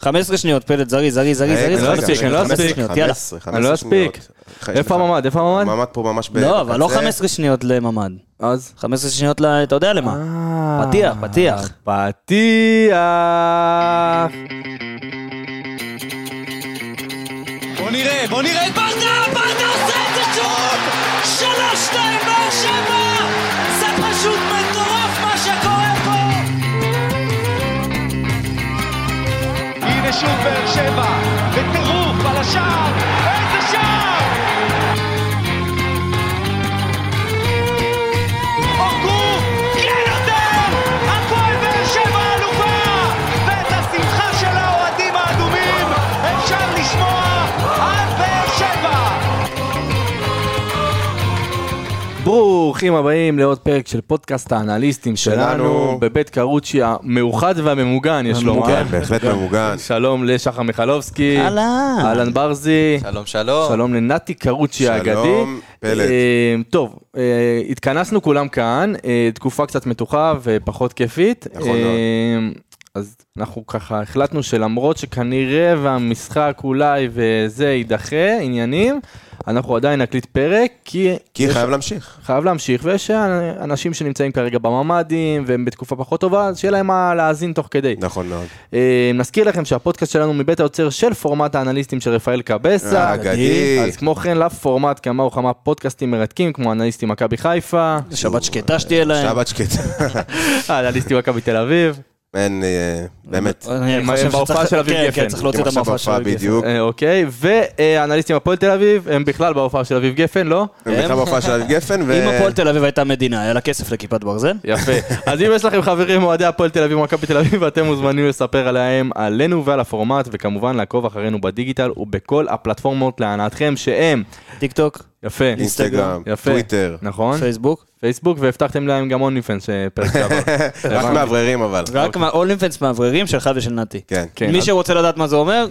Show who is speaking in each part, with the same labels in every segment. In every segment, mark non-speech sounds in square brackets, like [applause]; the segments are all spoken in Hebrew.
Speaker 1: 15 שניות, פלט, זריז, זריז, זריז,
Speaker 2: רגע, לא
Speaker 1: זריז,
Speaker 2: רגע,
Speaker 1: 15
Speaker 2: רגע,
Speaker 1: שניות, 15 שניות, יאללה.
Speaker 2: 15,
Speaker 3: אני לא
Speaker 2: 15 שניות.
Speaker 3: אספיק.
Speaker 2: חיים
Speaker 3: איפה
Speaker 2: שלך.
Speaker 3: הממ"ד? איפה הממ"ד?
Speaker 2: הממ"ד פה ממש ב-
Speaker 1: לא, אבל לא
Speaker 2: בקצה.
Speaker 1: 15 שניות לממ"ד.
Speaker 3: אז?
Speaker 1: 15 שניות, ל- אתה יודע למה.
Speaker 2: אה.
Speaker 1: פתיח, פתיח.
Speaker 3: פתיח.
Speaker 4: בוא נראה, בוא נראה את ברדה, ברדה עושה את זה שוב! שלוש, שתיים, באר שבע! זה פשוט מטורף מה שקורה פה! הנה שוב באר שבע, בטירוף על השער! איזה שער! אורגו, כן יותר! הפועל באר שבע אלופה! ואת השמחה של האוהדים האדומים אפשר לשמוע עד באר שבע!
Speaker 3: ברוכים הבאים לעוד פרק של פודקאסט האנליסטים שלנו,
Speaker 2: שלנו.
Speaker 3: בבית קרוצ'י המאוחד והממוגן, יש לומר.
Speaker 2: כן, בהחלט ממוגן.
Speaker 3: שלום לשחר מיכלובסקי.
Speaker 1: אהלן.
Speaker 3: אהלן ברזי.
Speaker 5: שלום שלום.
Speaker 3: שלום לנתי קרוצ'י האגדי.
Speaker 2: שלום, פלט.
Speaker 3: אה, טוב, אה, התכנסנו כולם כאן, אה, תקופה קצת מתוחה ופחות כיפית.
Speaker 2: נכון מאוד.
Speaker 3: אה, אז אנחנו ככה החלטנו שלמרות שכנראה והמשחק אולי וזה יידחה, עניינים, אנחנו עדיין נקליט פרק, כי...
Speaker 2: כי חייב להמשיך.
Speaker 3: חייב להמשיך, ויש אנשים שנמצאים כרגע בממ"דים והם בתקופה פחות טובה, אז שיהיה להם מה להאזין תוך כדי.
Speaker 2: נכון מאוד.
Speaker 3: אה, נזכיר לכם שהפודקאסט שלנו מבית היוצר של פורמט האנליסטים של רפאל קבסה.
Speaker 2: אגדי.
Speaker 3: אז כמו כן, לפורמט כמה וכמה פודקאסטים מרתקים, כמו אנליסטים מכבי
Speaker 2: [laughs]
Speaker 3: חיפה,
Speaker 1: שבת שקטה שתהיה להם.
Speaker 2: שבת שקטה.
Speaker 3: אנליסטים מכבי תל אביב.
Speaker 2: [laughs] אין, אה, באמת.
Speaker 1: אני
Speaker 3: עם-
Speaker 1: חושב
Speaker 3: עם ההופעה
Speaker 1: שצריך-
Speaker 3: של אביב
Speaker 1: כן,
Speaker 3: גפן.
Speaker 1: כן, צריך להוציא את
Speaker 2: עכשיו
Speaker 1: המופע של
Speaker 2: הופעה
Speaker 1: אביב גפן.
Speaker 2: בדיוק.
Speaker 3: אה, אוקיי, והאנליסטים הפועל תל אביב, הם בכלל בהופעה של אביב גפן, לא?
Speaker 2: הם בכלל בהופעה של אביב
Speaker 1: [laughs]
Speaker 2: גפן, ו...
Speaker 1: אם כן. הפועל תל אביב הייתה מדינה, היה לה כסף לכיפת ברזל?
Speaker 2: [laughs]
Speaker 3: יפה. אז אם יש לכם חברים אוהדי הפועל תל אביב ומכבי תל אביב, אתם מוזמנים לספר עליהם, עלינו ועל הפורמט, וכמובן לעקוב אחרינו בדיגיטל ובכל הפלטפורמות להנאתכם, שהם,
Speaker 1: טיק טוק,
Speaker 2: נכון.
Speaker 3: יפה,
Speaker 2: אינסטגרם,
Speaker 3: יפה,
Speaker 2: טוויטר.
Speaker 3: נכון,
Speaker 1: פייסבוק.
Speaker 3: פייסבוק, והבטחתם להם גם אונלי פנס פרק שעבר.
Speaker 2: [laughs] רק
Speaker 3: הבנתי.
Speaker 2: מאווררים אבל.
Speaker 1: כן. רק מהאולינפנס מאווררים שלך ושל נתי.
Speaker 2: אוקיי. כן.
Speaker 3: כן,
Speaker 1: מי
Speaker 3: אז-
Speaker 1: שרוצה לדעת מה זה אומר,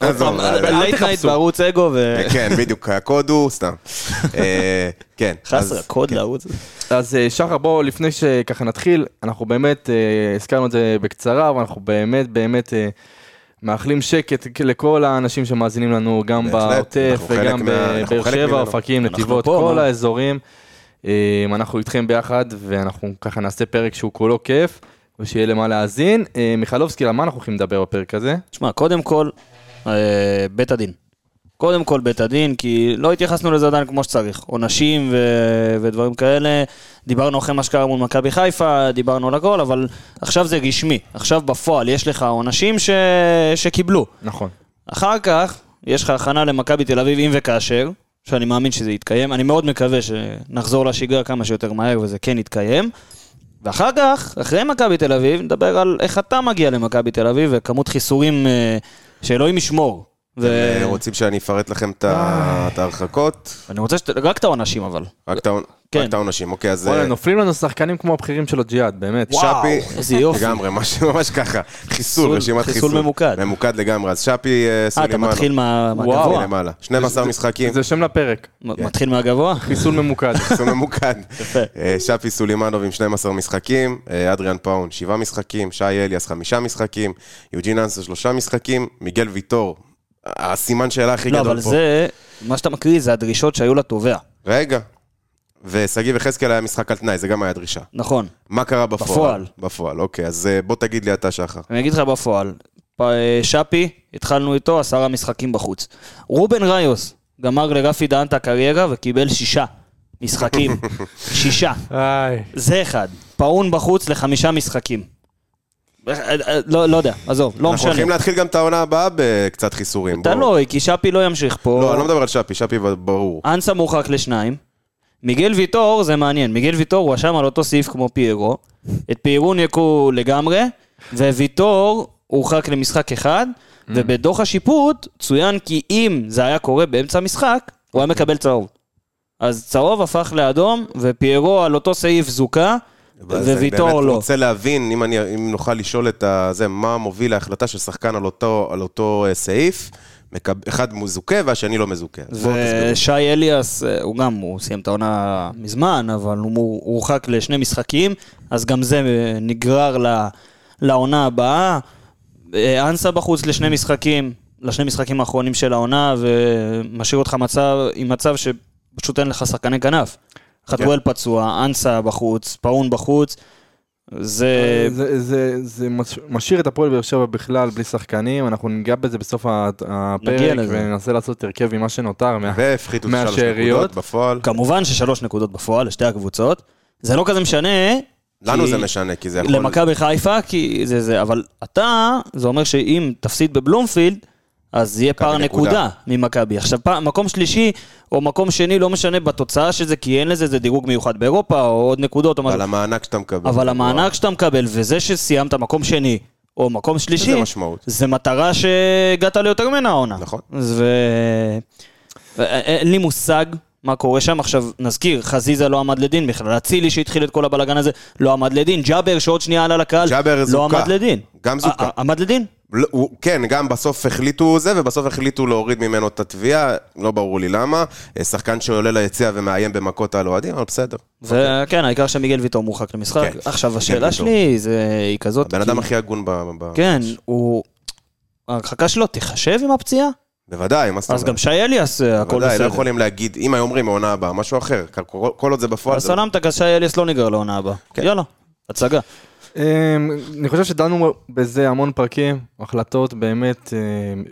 Speaker 2: אז לא, אל- אל
Speaker 1: לייט נייט
Speaker 3: תחפשו.
Speaker 1: בערוץ אגו ו...
Speaker 2: כן, בדיוק, הקוד הוא סתם. אה, כן. אז-
Speaker 1: [laughs] חסר, קוד
Speaker 2: כן.
Speaker 1: לערוץ.
Speaker 3: אז אה, שחר, בואו, לפני שככה נתחיל, אנחנו באמת, אה, הזכרנו את זה בקצרה, אבל אנחנו באמת באמת אה, מאחלים שקט לכל האנשים שמאזינים לנו, גם
Speaker 2: בהחלט,
Speaker 3: בעוטף
Speaker 2: אנחנו חלק
Speaker 3: וגם
Speaker 2: מה- אנחנו
Speaker 3: בבאר
Speaker 2: חלק
Speaker 3: שבע,
Speaker 2: ממנו.
Speaker 3: אופקים,
Speaker 1: אנחנו
Speaker 3: נתיבות,
Speaker 1: פה,
Speaker 3: כל
Speaker 1: מה?
Speaker 3: האזורים. אה, אנחנו איתכם ביחד, ואנחנו ככה נעשה פרק שהוא כולו כיף, ושיהיה למה להאזין. אה, מיכלובסקי, על מה אנחנו הולכים לדבר בפרק הזה?
Speaker 1: תשמע, קודם כל, אה, בית הדין. קודם כל בית הדין, כי לא התייחסנו לזה עדיין כמו שצריך. עונשים ו- ודברים כאלה. דיברנו אחרי מה שקרה מול מכבי חיפה, דיברנו על הכל, אבל עכשיו זה רשמי. עכשיו בפועל יש לך עונשים ש- שקיבלו.
Speaker 3: נכון.
Speaker 1: אחר כך, יש לך הכנה למכבי תל אביב אם וכאשר, שאני מאמין שזה יתקיים. אני מאוד מקווה שנחזור לשגרה כמה שיותר מהר וזה כן יתקיים. ואחר כך, אחרי מכבי תל אביב, נדבר על איך אתה מגיע למכבי תל אביב וכמות חיסורים אה, שאלוהים ישמור.
Speaker 2: אה,
Speaker 1: ואני
Speaker 2: רוצים שאני אפרט לכם את
Speaker 1: אה.
Speaker 2: ה- את ההרחקות?
Speaker 1: רוצה שת... רק את העונשים אבל.
Speaker 2: רק את העונ-
Speaker 1: כן.
Speaker 2: רק את העונשים, אוקיי, אז...
Speaker 3: וואלה,
Speaker 2: אה,
Speaker 3: נופלים לנו שחקנים כמו הבכירים של הג'יהאד, באמת.
Speaker 2: שפי,
Speaker 1: איזה יופי.
Speaker 2: לגמרי, ממש ממש ככה, חיסול,
Speaker 1: חיסול-
Speaker 2: רשימת
Speaker 1: חיסול
Speaker 2: חיסול.
Speaker 1: ממוקד.
Speaker 2: ממוקד לגמרי, אז שפי אה,
Speaker 1: אה, אתה
Speaker 2: סולימאנו.
Speaker 1: מתחיל מה-
Speaker 3: וואו.
Speaker 1: מהגבוה?
Speaker 2: מלמעלה. 12 משחקים,
Speaker 3: זה שם לפרק,
Speaker 1: מ- מתחיל מהגבוה?
Speaker 3: חיסול ממוקד.
Speaker 2: [laughs] חיסול
Speaker 1: [laughs]
Speaker 2: ממוקד. אה, שפי סולימנוב עם 12 משחקים, אה, אדריאן פאון 7 משחקים, שי אליאס 5 משחקים, יוג'ין אנסה 3 משחקים, מיגל ויטור, הסימן שאלה הכי
Speaker 1: לא,
Speaker 2: גדול פה.
Speaker 1: אבל זה, מה שאתה מקריא זה הדרישות שהיו לתובע.
Speaker 2: רגע. ושגיב יחזקאל היה משחק על תנאי, זה גם היה דרישה.
Speaker 1: נכון.
Speaker 2: מה קרה בפועל?
Speaker 1: בפועל.
Speaker 2: בפועל, אוקיי. אז אה, בוא תגיד לי אתה, שחר.
Speaker 1: אני אגיד לך בפועל, פ- אה, שפי, התחלנו איתו עשרה משחקים בחוץ. רובן ריוס גמר לרפי דהן את הקריירה וקיבל שישה משחקים.
Speaker 2: [laughs]
Speaker 1: שישה.
Speaker 3: איי.
Speaker 1: זה אחד. פאון בחוץ לחמישה משחקים. אה, אה, לא, לא יודע, עזוב, לא
Speaker 2: אנחנו הולכים
Speaker 1: משנה.
Speaker 2: להתחיל גם את העונה הבאה בקצת חיסורים.
Speaker 1: אתה
Speaker 2: בוא.
Speaker 1: לא, כי שפי לא ימשיך פה.
Speaker 2: לא, אני לא מדבר על שפי, שפי ברור.
Speaker 1: אנסה מורחק לשניים. מיגל ויטור, זה מעניין, מיגל ויטור הוא אשם על אותו סעיף כמו פיירו. את פיירו ניקו לגמרי, וויטור הורחק למשחק אחד, ובדוח השיפוט צוין כי אם זה היה קורה באמצע המשחק, הוא היה מקבל צהוב. אז צהוב הפך לאדום, ופיירו על אותו סעיף זוכה,
Speaker 2: אז אני
Speaker 1: וויטור
Speaker 2: באמת
Speaker 1: לא.
Speaker 2: רוצה להבין, אם, אני, אם נוכל לשאול את ה- זה, מה מוביל להחלטה של שחקן על אותו, על אותו אה, סעיף, מקב, אחד מזוכה והשני לא מזוכה. אז בואו תסבירו.
Speaker 1: ושי אליאס, אה, הוא גם, הוא סיים את העונה מזמן, אבל הוא הוא הורחק לשני משחקים, אז גם זה אה, נגרר ל- לעונה הבאה. אה, אנסה בחוץ לשני משחקים, לשני משחקים האחרונים של העונה, ומשאיר אותך מצב, עם מצב שפשוט אין לך שחקני כנף. חתואל
Speaker 2: כן.
Speaker 1: פצוע, אנסה בחוץ, פאון בחוץ. זה...
Speaker 3: אה,
Speaker 2: אה,
Speaker 3: זה- זה- זה מש- משאיר את הפועל באר שבע בכלל בלי שחקנים, אנחנו ניגע בזה בסוף ה-
Speaker 1: נגיע
Speaker 3: הפרק
Speaker 1: לזה.
Speaker 3: וננסה לעשות הרכב עם מה שנותר. מה-
Speaker 2: והפחיתו שלוש
Speaker 3: מהשאריות.
Speaker 2: נקודות בפועל.
Speaker 1: כמובן ששלוש נקודות בפועל לשתי הקבוצות. זה לא כזה משנה,
Speaker 2: לנו
Speaker 1: כי-
Speaker 2: זה משנה, כי זה יכול...
Speaker 1: למכבי חיפה, כי זה זה, אבל אתה, זה אומר שאם תפסיד בבלומפילד, אז יהיה פער
Speaker 2: נקודה.
Speaker 1: נקודה ממכבי. עכשיו, פעם, מקום שלישי או מקום שני, לא משנה בתוצאה של זה, כי אין לזה, זה דירוג מיוחד באירופה, או עוד נקודות או משהו.
Speaker 2: על המענק שאתה מקבל.
Speaker 1: אבל המענק שאתה מקבל, וזה שסיימת מקום שני, או מקום שלישי,
Speaker 2: איזה משמעות.
Speaker 1: זה מטרה שהגעת ליותר ממנה העונה.
Speaker 2: נכון.
Speaker 1: אז ו... ו- אה, אין לי מושג מה קורה שם. עכשיו, נזכיר, חזיזה לא עמד לדין בכלל, אצילי שהתחיל את כל הבלגן הזה, לא עמד לדין, ג'אבר שעוד שנייה עלה לקהל,
Speaker 2: ג'אבר
Speaker 1: לא
Speaker 2: זוכה.
Speaker 1: עמד לדין.
Speaker 2: גם זוכה.
Speaker 1: ע- ע- עמד לדין?
Speaker 2: לא, הוא- כן, גם בסוף החליטו זה, ובסוף החליטו להוריד ממנו את התביעה, לא ברור לי למה. אה, שחקן שעולה ליציע ומאיים במכות על אוהדים, אבל בסדר.
Speaker 1: וכן, העיקר שמיגל ויטור מורחק למשחק.
Speaker 2: אוקיי. כן.
Speaker 1: עכשיו,
Speaker 2: מיגל
Speaker 1: השאלה
Speaker 2: ויטור.
Speaker 1: שלי זה- היא כזאת...
Speaker 2: הבן
Speaker 1: כי-
Speaker 2: אדם הכי הגון ב... ב-
Speaker 1: כן, הוא... ההרחקה שלו תיחשב עם הפציעה?
Speaker 2: בוודאי, מה זאת
Speaker 1: אז
Speaker 2: אומרת?
Speaker 1: גם שי אליאס, אה, הכל
Speaker 2: בוודאי, לא
Speaker 1: בסדר.
Speaker 2: יכולים להגיד, אם היו אומרים העונה הבאה, משהו אחר. כל- כל- כל עוד זה בפועל,
Speaker 1: אז
Speaker 2: זה...
Speaker 1: סלמת, אז שי אליאס לא ניגר לעונה הבאה.
Speaker 2: כן.
Speaker 1: יאללה, הצגה.
Speaker 3: אמ, אני חושב שדנו בזה המון פרקים, החלטות באמת אמ,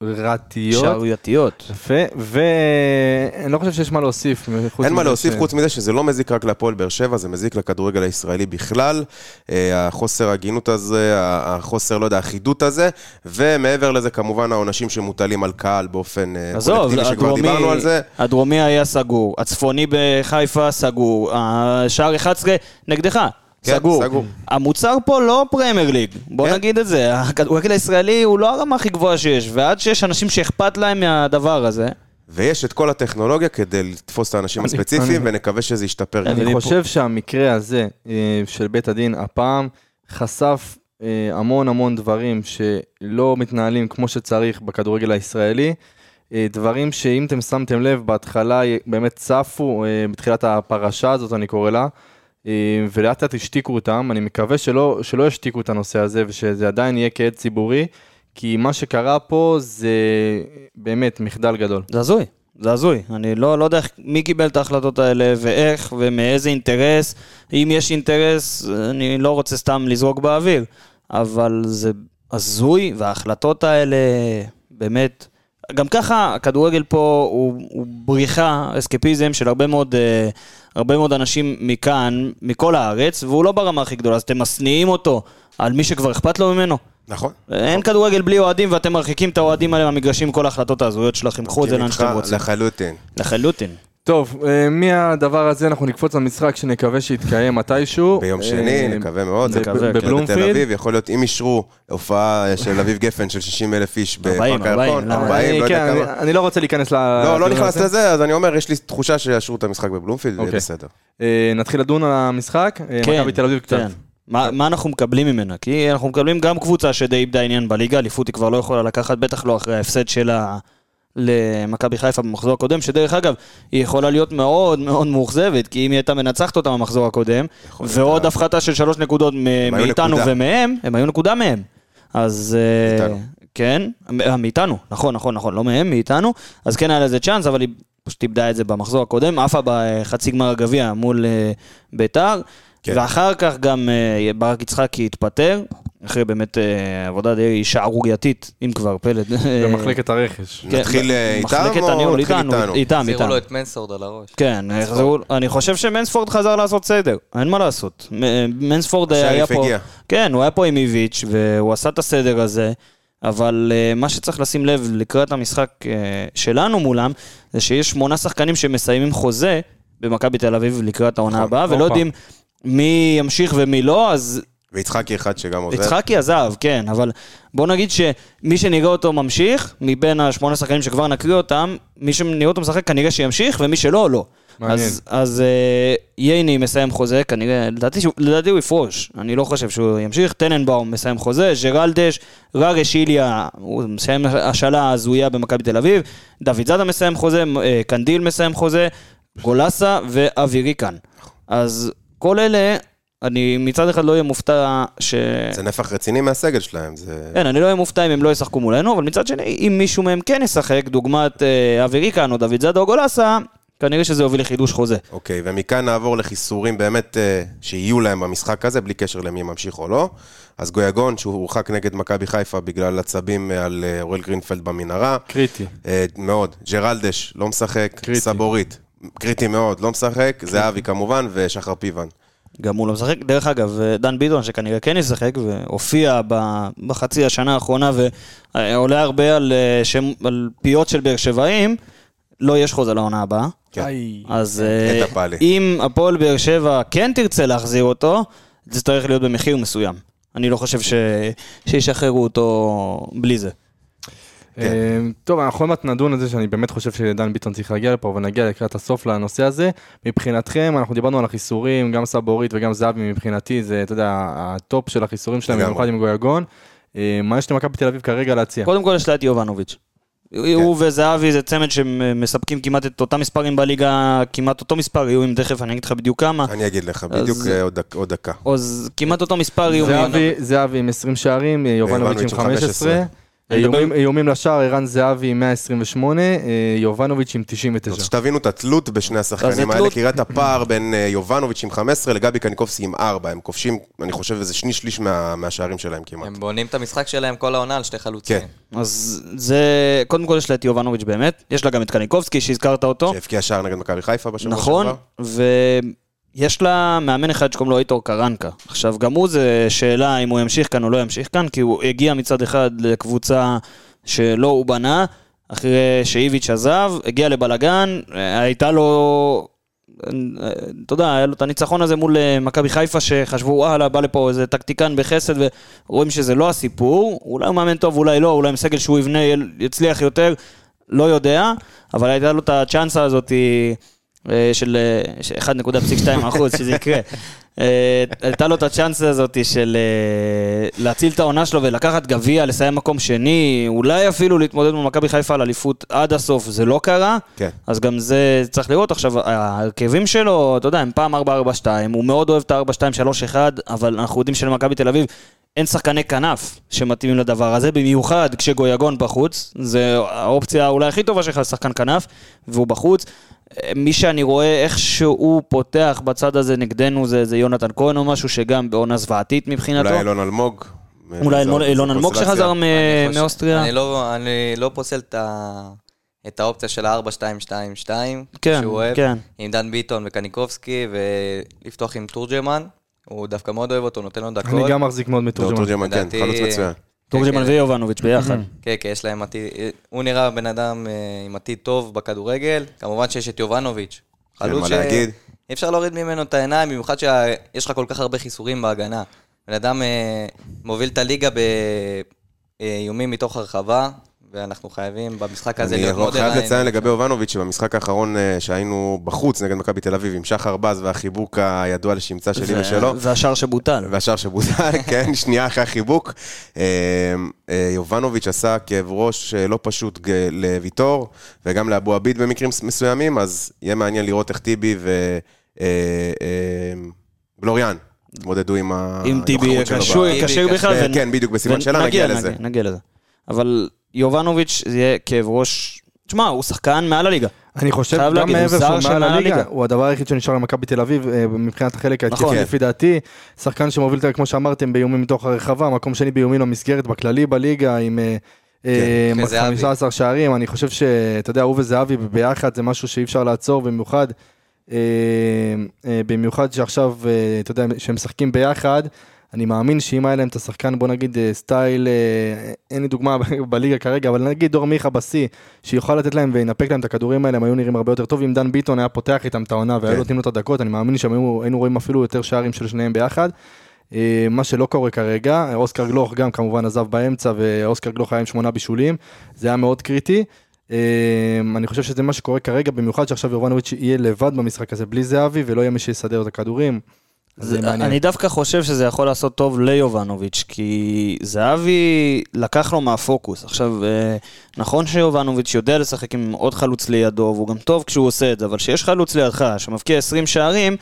Speaker 3: שערורייתיות.
Speaker 1: שערורייתיות.
Speaker 3: יפה, ואני לא חושב שיש מה להוסיף. חוץ
Speaker 2: אין מה
Speaker 3: מזה
Speaker 2: להוסיף
Speaker 3: ש-
Speaker 2: חוץ מזה שזה לא מזיק רק להפועל באר שבע, זה מזיק לכדורגל הישראלי בכלל. אה, החוסר הגינות הזה, ה- החוסר, לא יודע, החידות הזה, ומעבר לזה כמובן העונשים שמוטלים על קהל באופן אה,
Speaker 1: עזוב,
Speaker 2: קולקטיבי, שכבר
Speaker 1: הדרומי,
Speaker 2: דיברנו על זה.
Speaker 1: הדרומי היה סגור, הצפוני בחיפה סגור, השער 11 נגדך.
Speaker 2: כן,
Speaker 1: סגור.
Speaker 2: סגור.
Speaker 1: המוצר פה לא פרמייר ליג, בוא
Speaker 2: כן.
Speaker 1: נגיד את זה. הכדורגל הישראלי הוא לא הרמה הכי גבוהה שיש, ועד שיש אנשים שאכפת להם מהדבר הזה,
Speaker 2: ויש את כל הטכנולוגיה כדי לתפוס את האנשים
Speaker 3: אני-
Speaker 2: הספציפיים,
Speaker 3: אני-
Speaker 2: ונקווה שזה ישתפר. גם.
Speaker 3: אני
Speaker 1: אני
Speaker 3: חושב שהמקרה הזה אה, של בית הדין הפעם חשף אה, המון המון דברים שלא מתנהלים כמו שצריך בכדורגל הישראלי. אה, דברים שאם אתם שמתם לב, בהתחלה אה, באמת צפו, אה, בתחילת הפרשה הזאת אני קורא לה, אה, ולאט לאט השתיקו אותם. אני מקווה שלא, שלא ישתיקו את הנושא הזה ושזה עדיין יהיה כעד ציבורי, כי מה שקרה פה זה אה, באמת מחדל גדול.
Speaker 1: זה הזוי, זה הזוי. אני לא, לא יודע איך- מי קיבל את ההחלטות האלה, ואיך, ומאיזה אינטרס. אם יש אינטרס, אני לא רוצה סתם לזרוק באוויר, אבל זה הזוי, וההחלטות האלה, באמת... גם ככה הכדורגל פה הוא, הוא בריחה, אסקפיזם של הרבה מאוד, אה, הרבה מאוד אנשים מכאן, מכל הארץ, והוא לא ברמה הכי גדולה, אז אתם משניאים אותו על מי שכבר אכפת לו ממנו.
Speaker 2: נכון.
Speaker 1: אין כדורגל בלי אוהדים ואתם מרחיקים את האוהדים האלה מהמגרשים עם כל ההחלטות ההזויות שלכם, קחו את זה לאן
Speaker 2: כן, איתך
Speaker 1: שאתם רוצים.
Speaker 2: לחלוטין.
Speaker 1: לחלוטין.
Speaker 3: טוב, אה, מהדבר הזה אנחנו נקפוץ למשחק שנקווה שיתקיים מתישהו.
Speaker 2: ביום
Speaker 3: אה,
Speaker 2: שני, נקווה מאוד. זה
Speaker 1: נקווה, כן.
Speaker 2: בתל
Speaker 3: בבלומפילד.
Speaker 2: אביב, יכול להיות, אם אישרו הופעה של אביב גפן של 60 אלף איש בפארק
Speaker 1: 40,
Speaker 2: הירקון,
Speaker 1: 40, למה?
Speaker 2: 40, לא
Speaker 3: אני- כן,
Speaker 2: יודע כמה.
Speaker 3: אני- אה, אני לא רוצה להיכנס ל...
Speaker 2: לא, לא
Speaker 3: לדיון
Speaker 2: נכנס
Speaker 3: הזה.
Speaker 2: לזה, אז אני אומר, יש לי תחושה שיאשרו את המשחק בבלומפילד, יהיה
Speaker 3: אוקיי.
Speaker 2: בסדר.
Speaker 3: אה, נתחיל לדון על המשחק. אה,
Speaker 1: כן,
Speaker 3: מכבי תל אביב קצת.
Speaker 1: כן. מה מה אנחנו מקבלים ממנה? כי אנחנו מקבלים גם קבוצה שדי איבדה עניין בליגה, אליפות היא כבר לא יכולה לקחת, בטח לא אחרי ההפסד שלה למכבי חיפה במחזור הקודם, שדרך אגב, היא יכולה להיות מאוד מאוד מאוכזבת, כי אם היא הייתה מנצחת אותה במחזור הקודם, ועוד הפחתה של שלוש נקודות מ-
Speaker 2: היו
Speaker 1: מאיתנו
Speaker 2: נקודה.
Speaker 1: ומהם, הם היו נקודה מהם. אז... אה,
Speaker 2: מאיתנו.
Speaker 1: כן, אה, מאיתנו, נכון, נכון, נכון, לא מהם, מאיתנו. אז כן היה לזה צ'אנס, אבל היא פשוט איבדה את זה במחזור הקודם, עפה בחצי גמר הגביע מול אה, ביתר.
Speaker 2: כן.
Speaker 1: ואחר כך גם אה, ברק יצחקי התפטר, אחרי באמת אה, עבודה די שערורייתית, אם כבר, פלד.
Speaker 3: במחלקת הרכש.
Speaker 1: כן,
Speaker 2: נתחיל אה, איתם
Speaker 1: מחלקת
Speaker 2: או
Speaker 1: הניהול,
Speaker 2: נתחיל איתנו?
Speaker 1: איתם,
Speaker 5: החזירו
Speaker 1: איתם.
Speaker 5: לו את מנסורד על הראש.
Speaker 1: כן, יחזרו, אני חושב שמנספורד חזר לעשות סדר, אין מה לעשות. מ- מנספורד
Speaker 2: השריף
Speaker 1: היה פה,
Speaker 2: הגיע.
Speaker 1: כן, הוא היה פה עם איביץ' והוא עשה את הסדר הזה, אבל אה, מה שצריך לשים לב לקראת המשחק אה, שלנו מולם, זה שיש שמונה שחקנים שמסיימים חוזה במכבי תל אביב לקראת העונה הבאה, ולא
Speaker 3: הופה.
Speaker 1: יודעים מי ימשיך ומי לא, אז
Speaker 2: ויצחקי אחד שגם עוזר.
Speaker 1: יצחקי עזב, כן, אבל בוא נגיד שמי שנראה אותו ממשיך, מבין השמונה שחקנים שכבר נקריא אותם, מי שנראה אותו משחק כנראה שימשיך, ומי שלא, לא.
Speaker 3: מעניין.
Speaker 1: אז, אז אה, ייני מסיים חוזה, כנראה, לדעתי, שהוא- לדעתי הוא יפרוש, אני לא חושב שהוא ימשיך, טננבאום מסיים חוזה, ג'רלדש, רארש איליה, הוא מסיים השאלה הזויה במכבי תל אביב, דוד זאדה מסיים חוזה, אה, קנדיל מסיים חוזה, גולסה ואבי ריקן. אז כל אלה אני מצד אחד לא אהיה מופתע ש...
Speaker 2: זה נפח רציני מהסגל שלהם, זה...
Speaker 1: כן, אני לא אהיה מופתע אם הם לא ישחקו מולנו, אבל מצד שני, אם מישהו מהם כן ישחק, דוגמת אה, אבי ריקן או דוד זאדה או גולסה, כנראה שזה יוביל לחידוש חוזה.
Speaker 2: אוקיי, ומכאן נעבור לחיסורים באמת אה, שיהיו להם במשחק הזה, בלי קשר למי ממשיך או לא. אז גויגון, שהוא הורחק נגד מכבי חיפה בגלל עצבים אה, על אה, אוריאל גרינפלד במנהרה.
Speaker 3: קריטי.
Speaker 2: אה, מאוד. ג'רלדש, לא משחק.
Speaker 3: קריטי.
Speaker 2: סבורית, קריטי מאוד, לא משחק. זהבי כמובן, ושחר פיבן.
Speaker 1: גם הוא לא משחק. דרך אגב, אה, דן ביטון, שכנראה כן ישחק, והופיע ב- בחצי השנה האחרונה, ועולה הרבה על, אה, שם, על פיות של באר שבעים, לא יש חוזה לעונה הבאה.
Speaker 2: כן.
Speaker 3: איי.
Speaker 1: אז אה,
Speaker 2: נטע פעלי.
Speaker 1: אם הפועל באר שבע כן תרצה להחזיר אותו, זה צריך להיות במחיר מסוים. אני לא חושב ש... שישחררו אותו בלי זה.
Speaker 2: כן.
Speaker 3: אה, טוב, אנחנו עוד מעט נדון על זה שאני באמת חושב שדן ביטון צריך להגיע לפה, אבל נגיע לקראת הסוף לנושא הזה. מבחינתכם, אנחנו דיברנו על החיסורים, גם סבורית וגם זהבי מבחינתי, זה, אתה יודע, הטופ של החיסורים שלהם,
Speaker 2: לגמרי.
Speaker 3: במיוחד עם גויגון. אה, מה יש למכבי תל אביב כרגע להציע?
Speaker 1: כן. קודם כל יש לה את יובנוביץ'. הוא וזהבי זה צמד שמספקים כמעט את אותם מספרים בליגה, כמעט אותו מספר יהיו, אם תכף אני אגיד לך בדיוק כמה,
Speaker 2: אני אגיד לך, בדיוק אה, עוד דק- עוד דקה.
Speaker 1: אז כמעט אותו מספר יהיו.
Speaker 3: זהבי, זהבי עם 20 שערים, אה, יובנוביץ' עם
Speaker 2: יובנוביץ' עם
Speaker 3: 15.
Speaker 2: 15.
Speaker 3: איומים- איומים לשער, ערן זהבי עם 128, אה, יובנוביץ' עם 99.
Speaker 2: רוצה שתבינו את התלות בשני
Speaker 1: אז זה
Speaker 2: השחקנים האלה,
Speaker 1: תלות.
Speaker 2: כי ראה את הפער בין אה, יובנוביץ' עם 15 לגבי קניקובסקי עם 4. הם כובשים, אני חושב, איזה שני שליש מה- מהשערים שלהם כמעט.
Speaker 5: הם בונים את המשחק שלהם כל העונה על שתי חלוצים.
Speaker 2: כן.
Speaker 1: אז זה, קודם כל יש לה את יובנוביץ' באמת, יש לה גם את קניקובסקי שהזכרת אותו,
Speaker 2: שהבקיע שער נגד מכבי חיפה בשבוע
Speaker 1: נכון,
Speaker 2: שעבר.
Speaker 1: ויש לה מאמן אחד שקוראים לו איתור קרנקה. עכשיו, גם הוא זה שאלה אם הוא ימשיך כאן או לא ימשיך כאן, כי הוא הגיע מצד אחד לקבוצה שלא הוא בנה, אחרי שאיביץ' עזב, הגיע לבלגן, אה, הייתה לו... אה, אה, אתה יודע, היה לו את הניצחון הזה מול אה, מכבי חיפה, שחשבו, וואלה, בא לפה איזה טקטיקן בחסד, ורואים שזה לא הסיפור. אולי הוא מאמן טוב, אולי לא, אולי עם סגל שהוא יבנה יהיה- יצליח יותר, לא יודע, אבל הייתה לו את הצ'אנסה הזאת אה, של אה, ש- 1.2 אחוז, שזה יקרה. אה, הייתה לו את הצ'אנסה הזאת של אה, להציל את העונה שלו ולקחת גביע, לסיים מקום שני, אולי אפילו להתמודד מול מכבי חיפה על אליפות עד הסוף, זה לא קרה.
Speaker 2: כן.
Speaker 1: אז גם זה צריך לראות. עכשיו, ההרכבים שלו, אתה יודע, הם פעם 4-4-2, הוא מאוד אוהב את ה-4-2-3-1, אבל אנחנו יודעים שלמכבי תל אביב אין שחקני כנף שמתאימים לדבר הזה, במיוחד כשגויגון בחוץ, זה האופציה אולי הכי טובה שלך לשחקן כנף, והוא בחוץ. מי שאני רואה איך שהוא פותח בצד הזה נגדנו זה, זה יונתן כהן או משהו שגם בעונה זוועתית מבחינתו.
Speaker 2: אולי אלון אלמוג.
Speaker 1: לא- אולי
Speaker 2: זה-
Speaker 1: אלמון-
Speaker 2: זה
Speaker 1: אילון אלמוג
Speaker 2: קונסטלציה.
Speaker 1: שחזר מ-
Speaker 5: אני חושב-
Speaker 1: אה, מאוסטריה.
Speaker 5: אני לא- אני לא פוסל את ה- את האופציה של ה-4-2-2-2,
Speaker 1: כן,
Speaker 5: שהוא אוהב,
Speaker 1: כן.
Speaker 5: עם דן ביטון וקניקובסקי, ולפתוח עם תורג'מן, הוא דווקא מאוד אוהב אותו, נותן לו דקות.
Speaker 3: אני גם מחזיק מאוד
Speaker 2: לא,
Speaker 3: מתורג'מן.
Speaker 2: תורג'מן, כן,
Speaker 5: לדעתי-
Speaker 2: חלוץ מצוין.
Speaker 1: תורג'מן
Speaker 5: כן,
Speaker 1: ויובנוביץ' ביחד.
Speaker 5: [laughs] כן, כי יש להם עתיד, הוא נראה בן אדם אה, עם עתיד טוב בכדורגל, כמובן שיש את יובנוביץ', חלוץ
Speaker 2: מה להגיד.
Speaker 5: אי אפשר להוריד ממנו את העיניים, במיוחד שיש לך כל כך הרבה חיסורים בהגנה. בן אדם אה, מוביל את הליגה באיומים מתוך הרחבה, ואנחנו חייבים במשחק הזה
Speaker 2: אני
Speaker 5: להיות מודרניים.
Speaker 2: חייב לציין לגבי אובנוביץ' שבמשחק האחרון אה, שהיינו בחוץ נגד מכבי תל אביב עם שחר בז והחיבוק הידוע לשמצה שלי
Speaker 1: ו-
Speaker 2: ושלו.
Speaker 1: והשער שבוטל.
Speaker 2: והשאר
Speaker 1: [laughs]
Speaker 2: שבוטל, כן, שנייה אחרי החיבוק. אה, אה, יובנוביץ' עשה כאב ראש אה, לא פשוט ג- לוויטור, וגם לאבו עביד במקרים מס- מסוימים, אז יהיה מעניין לראות איך טיבי ו... אה, אה, גלוריאן התמודדו עם ה...
Speaker 3: אה,
Speaker 1: אם טיבי יהיה
Speaker 2: הנוכחות שלו ב-
Speaker 1: קשור-
Speaker 5: טיבי
Speaker 1: קשיר
Speaker 5: קשה,
Speaker 1: בכלל.
Speaker 2: אה,
Speaker 1: ונ-
Speaker 2: כן, בדיוק, בסימן שאלה נגיע לזה.
Speaker 1: נגיע לזה. אבל יובנוביץ' זה יהיה כאב ראש... תשמע, הוא שחקן מעל הליגה.
Speaker 3: אני חושב,
Speaker 1: חייב
Speaker 3: גם
Speaker 1: להגיד, הוא
Speaker 3: מעבר
Speaker 1: זר
Speaker 3: שהוא מעל
Speaker 1: שמעל
Speaker 3: הליגה,
Speaker 1: הליגה.
Speaker 3: הוא הדבר היחיד שנשאר למכבי תל אביב אה, מבחינת החלק
Speaker 1: נכון.
Speaker 3: ההתקפי לפי דעתי. שחקן שמוביל, את ה- כמו שאמרתם, באיומים מתוך הרחבה, מקום שני באיומים למסגרת בכללי בליגה עם אה, אה,
Speaker 5: כן, וזהבי.
Speaker 3: 15 שערים. אני חושב שאתה יודע, הוא וזהבי ביחד זה משהו שאי אפשר לעצור, במיוחד אה, אה, במיוחד שעכשיו, אה, אתה יודע, שהם משחקים ביחד. אני מאמין שאם היה להם את השחקן, בוא נגיד אה, סטייל, אה, אין לי דוגמה [laughs] בליגה כרגע, אבל נגיד דור מיכה בשיא, שיוכל לתת להם וינפק להם את הכדורים האלה, הם היו נראים הרבה יותר טוב. אם דן ביטון היה פותח איתם את העונה והיו
Speaker 2: כן.
Speaker 3: נותנים לו את הדקות, אני מאמין שהיינו רואים אפילו יותר שערים של שניהם ביחד. אה, מה שלא קורה כרגע, אוסקר גלוך גם כמובן עזב באמצע, ואוסקר גלוך היה עם שמונה בישולים, זה היה מאוד קריטי. אה, אני חושב שזה מה שקורה כרגע, במיוחד שעכשיו יובנוביץ' יהיה לבד במשחק הזה, בלי זהבי, ולא יהיה מי שיסדר את הכדורים. אה, זה
Speaker 1: זה-
Speaker 3: מעניין.
Speaker 1: אני דווקא חושב שזה יכול לעשות טוב ליובנוביץ', כי זהבי לקח לו מהפוקוס. עכשיו, אה, נכון שיובנוביץ' יודע לשחק עם עוד חלוץ לידו, והוא גם טוב כשהוא עושה את זה, אבל כשיש חלוץ לידך שמבקיע 20 שערים,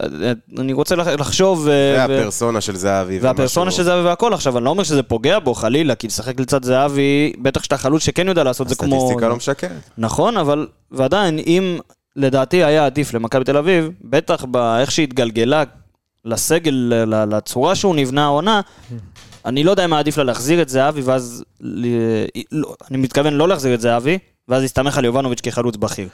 Speaker 1: אה, אני רוצה לח- לחשוב... אה,
Speaker 2: זה
Speaker 1: ו-
Speaker 2: הפרסונה של זהבי. ומה
Speaker 1: והפרסונה
Speaker 2: שהוא-
Speaker 1: של זהבי והכל. עכשיו, אני לא אומר שזה פוגע בו, חלילה, כי לשחק לצד זהבי, בטח שאתה חלוץ שכן יודע לעשות זה כמו...
Speaker 2: הסטטיסטיקה לא משקרת.
Speaker 1: נכון, אבל ועדיין, אם לדעתי היה עדיף למכבי תל אביב, בטח באיך שהיא התגלגלה לסגל, ל- לצורה שהוא נבנה העונה, אני לא יודע אם היה עדיף לה להחזיר את זהבי, ואז... ל... לא, אני מתכוון לא להחזיר את זהבי, ואז להסתמך על יובנוביץ' כחלוץ בכיר.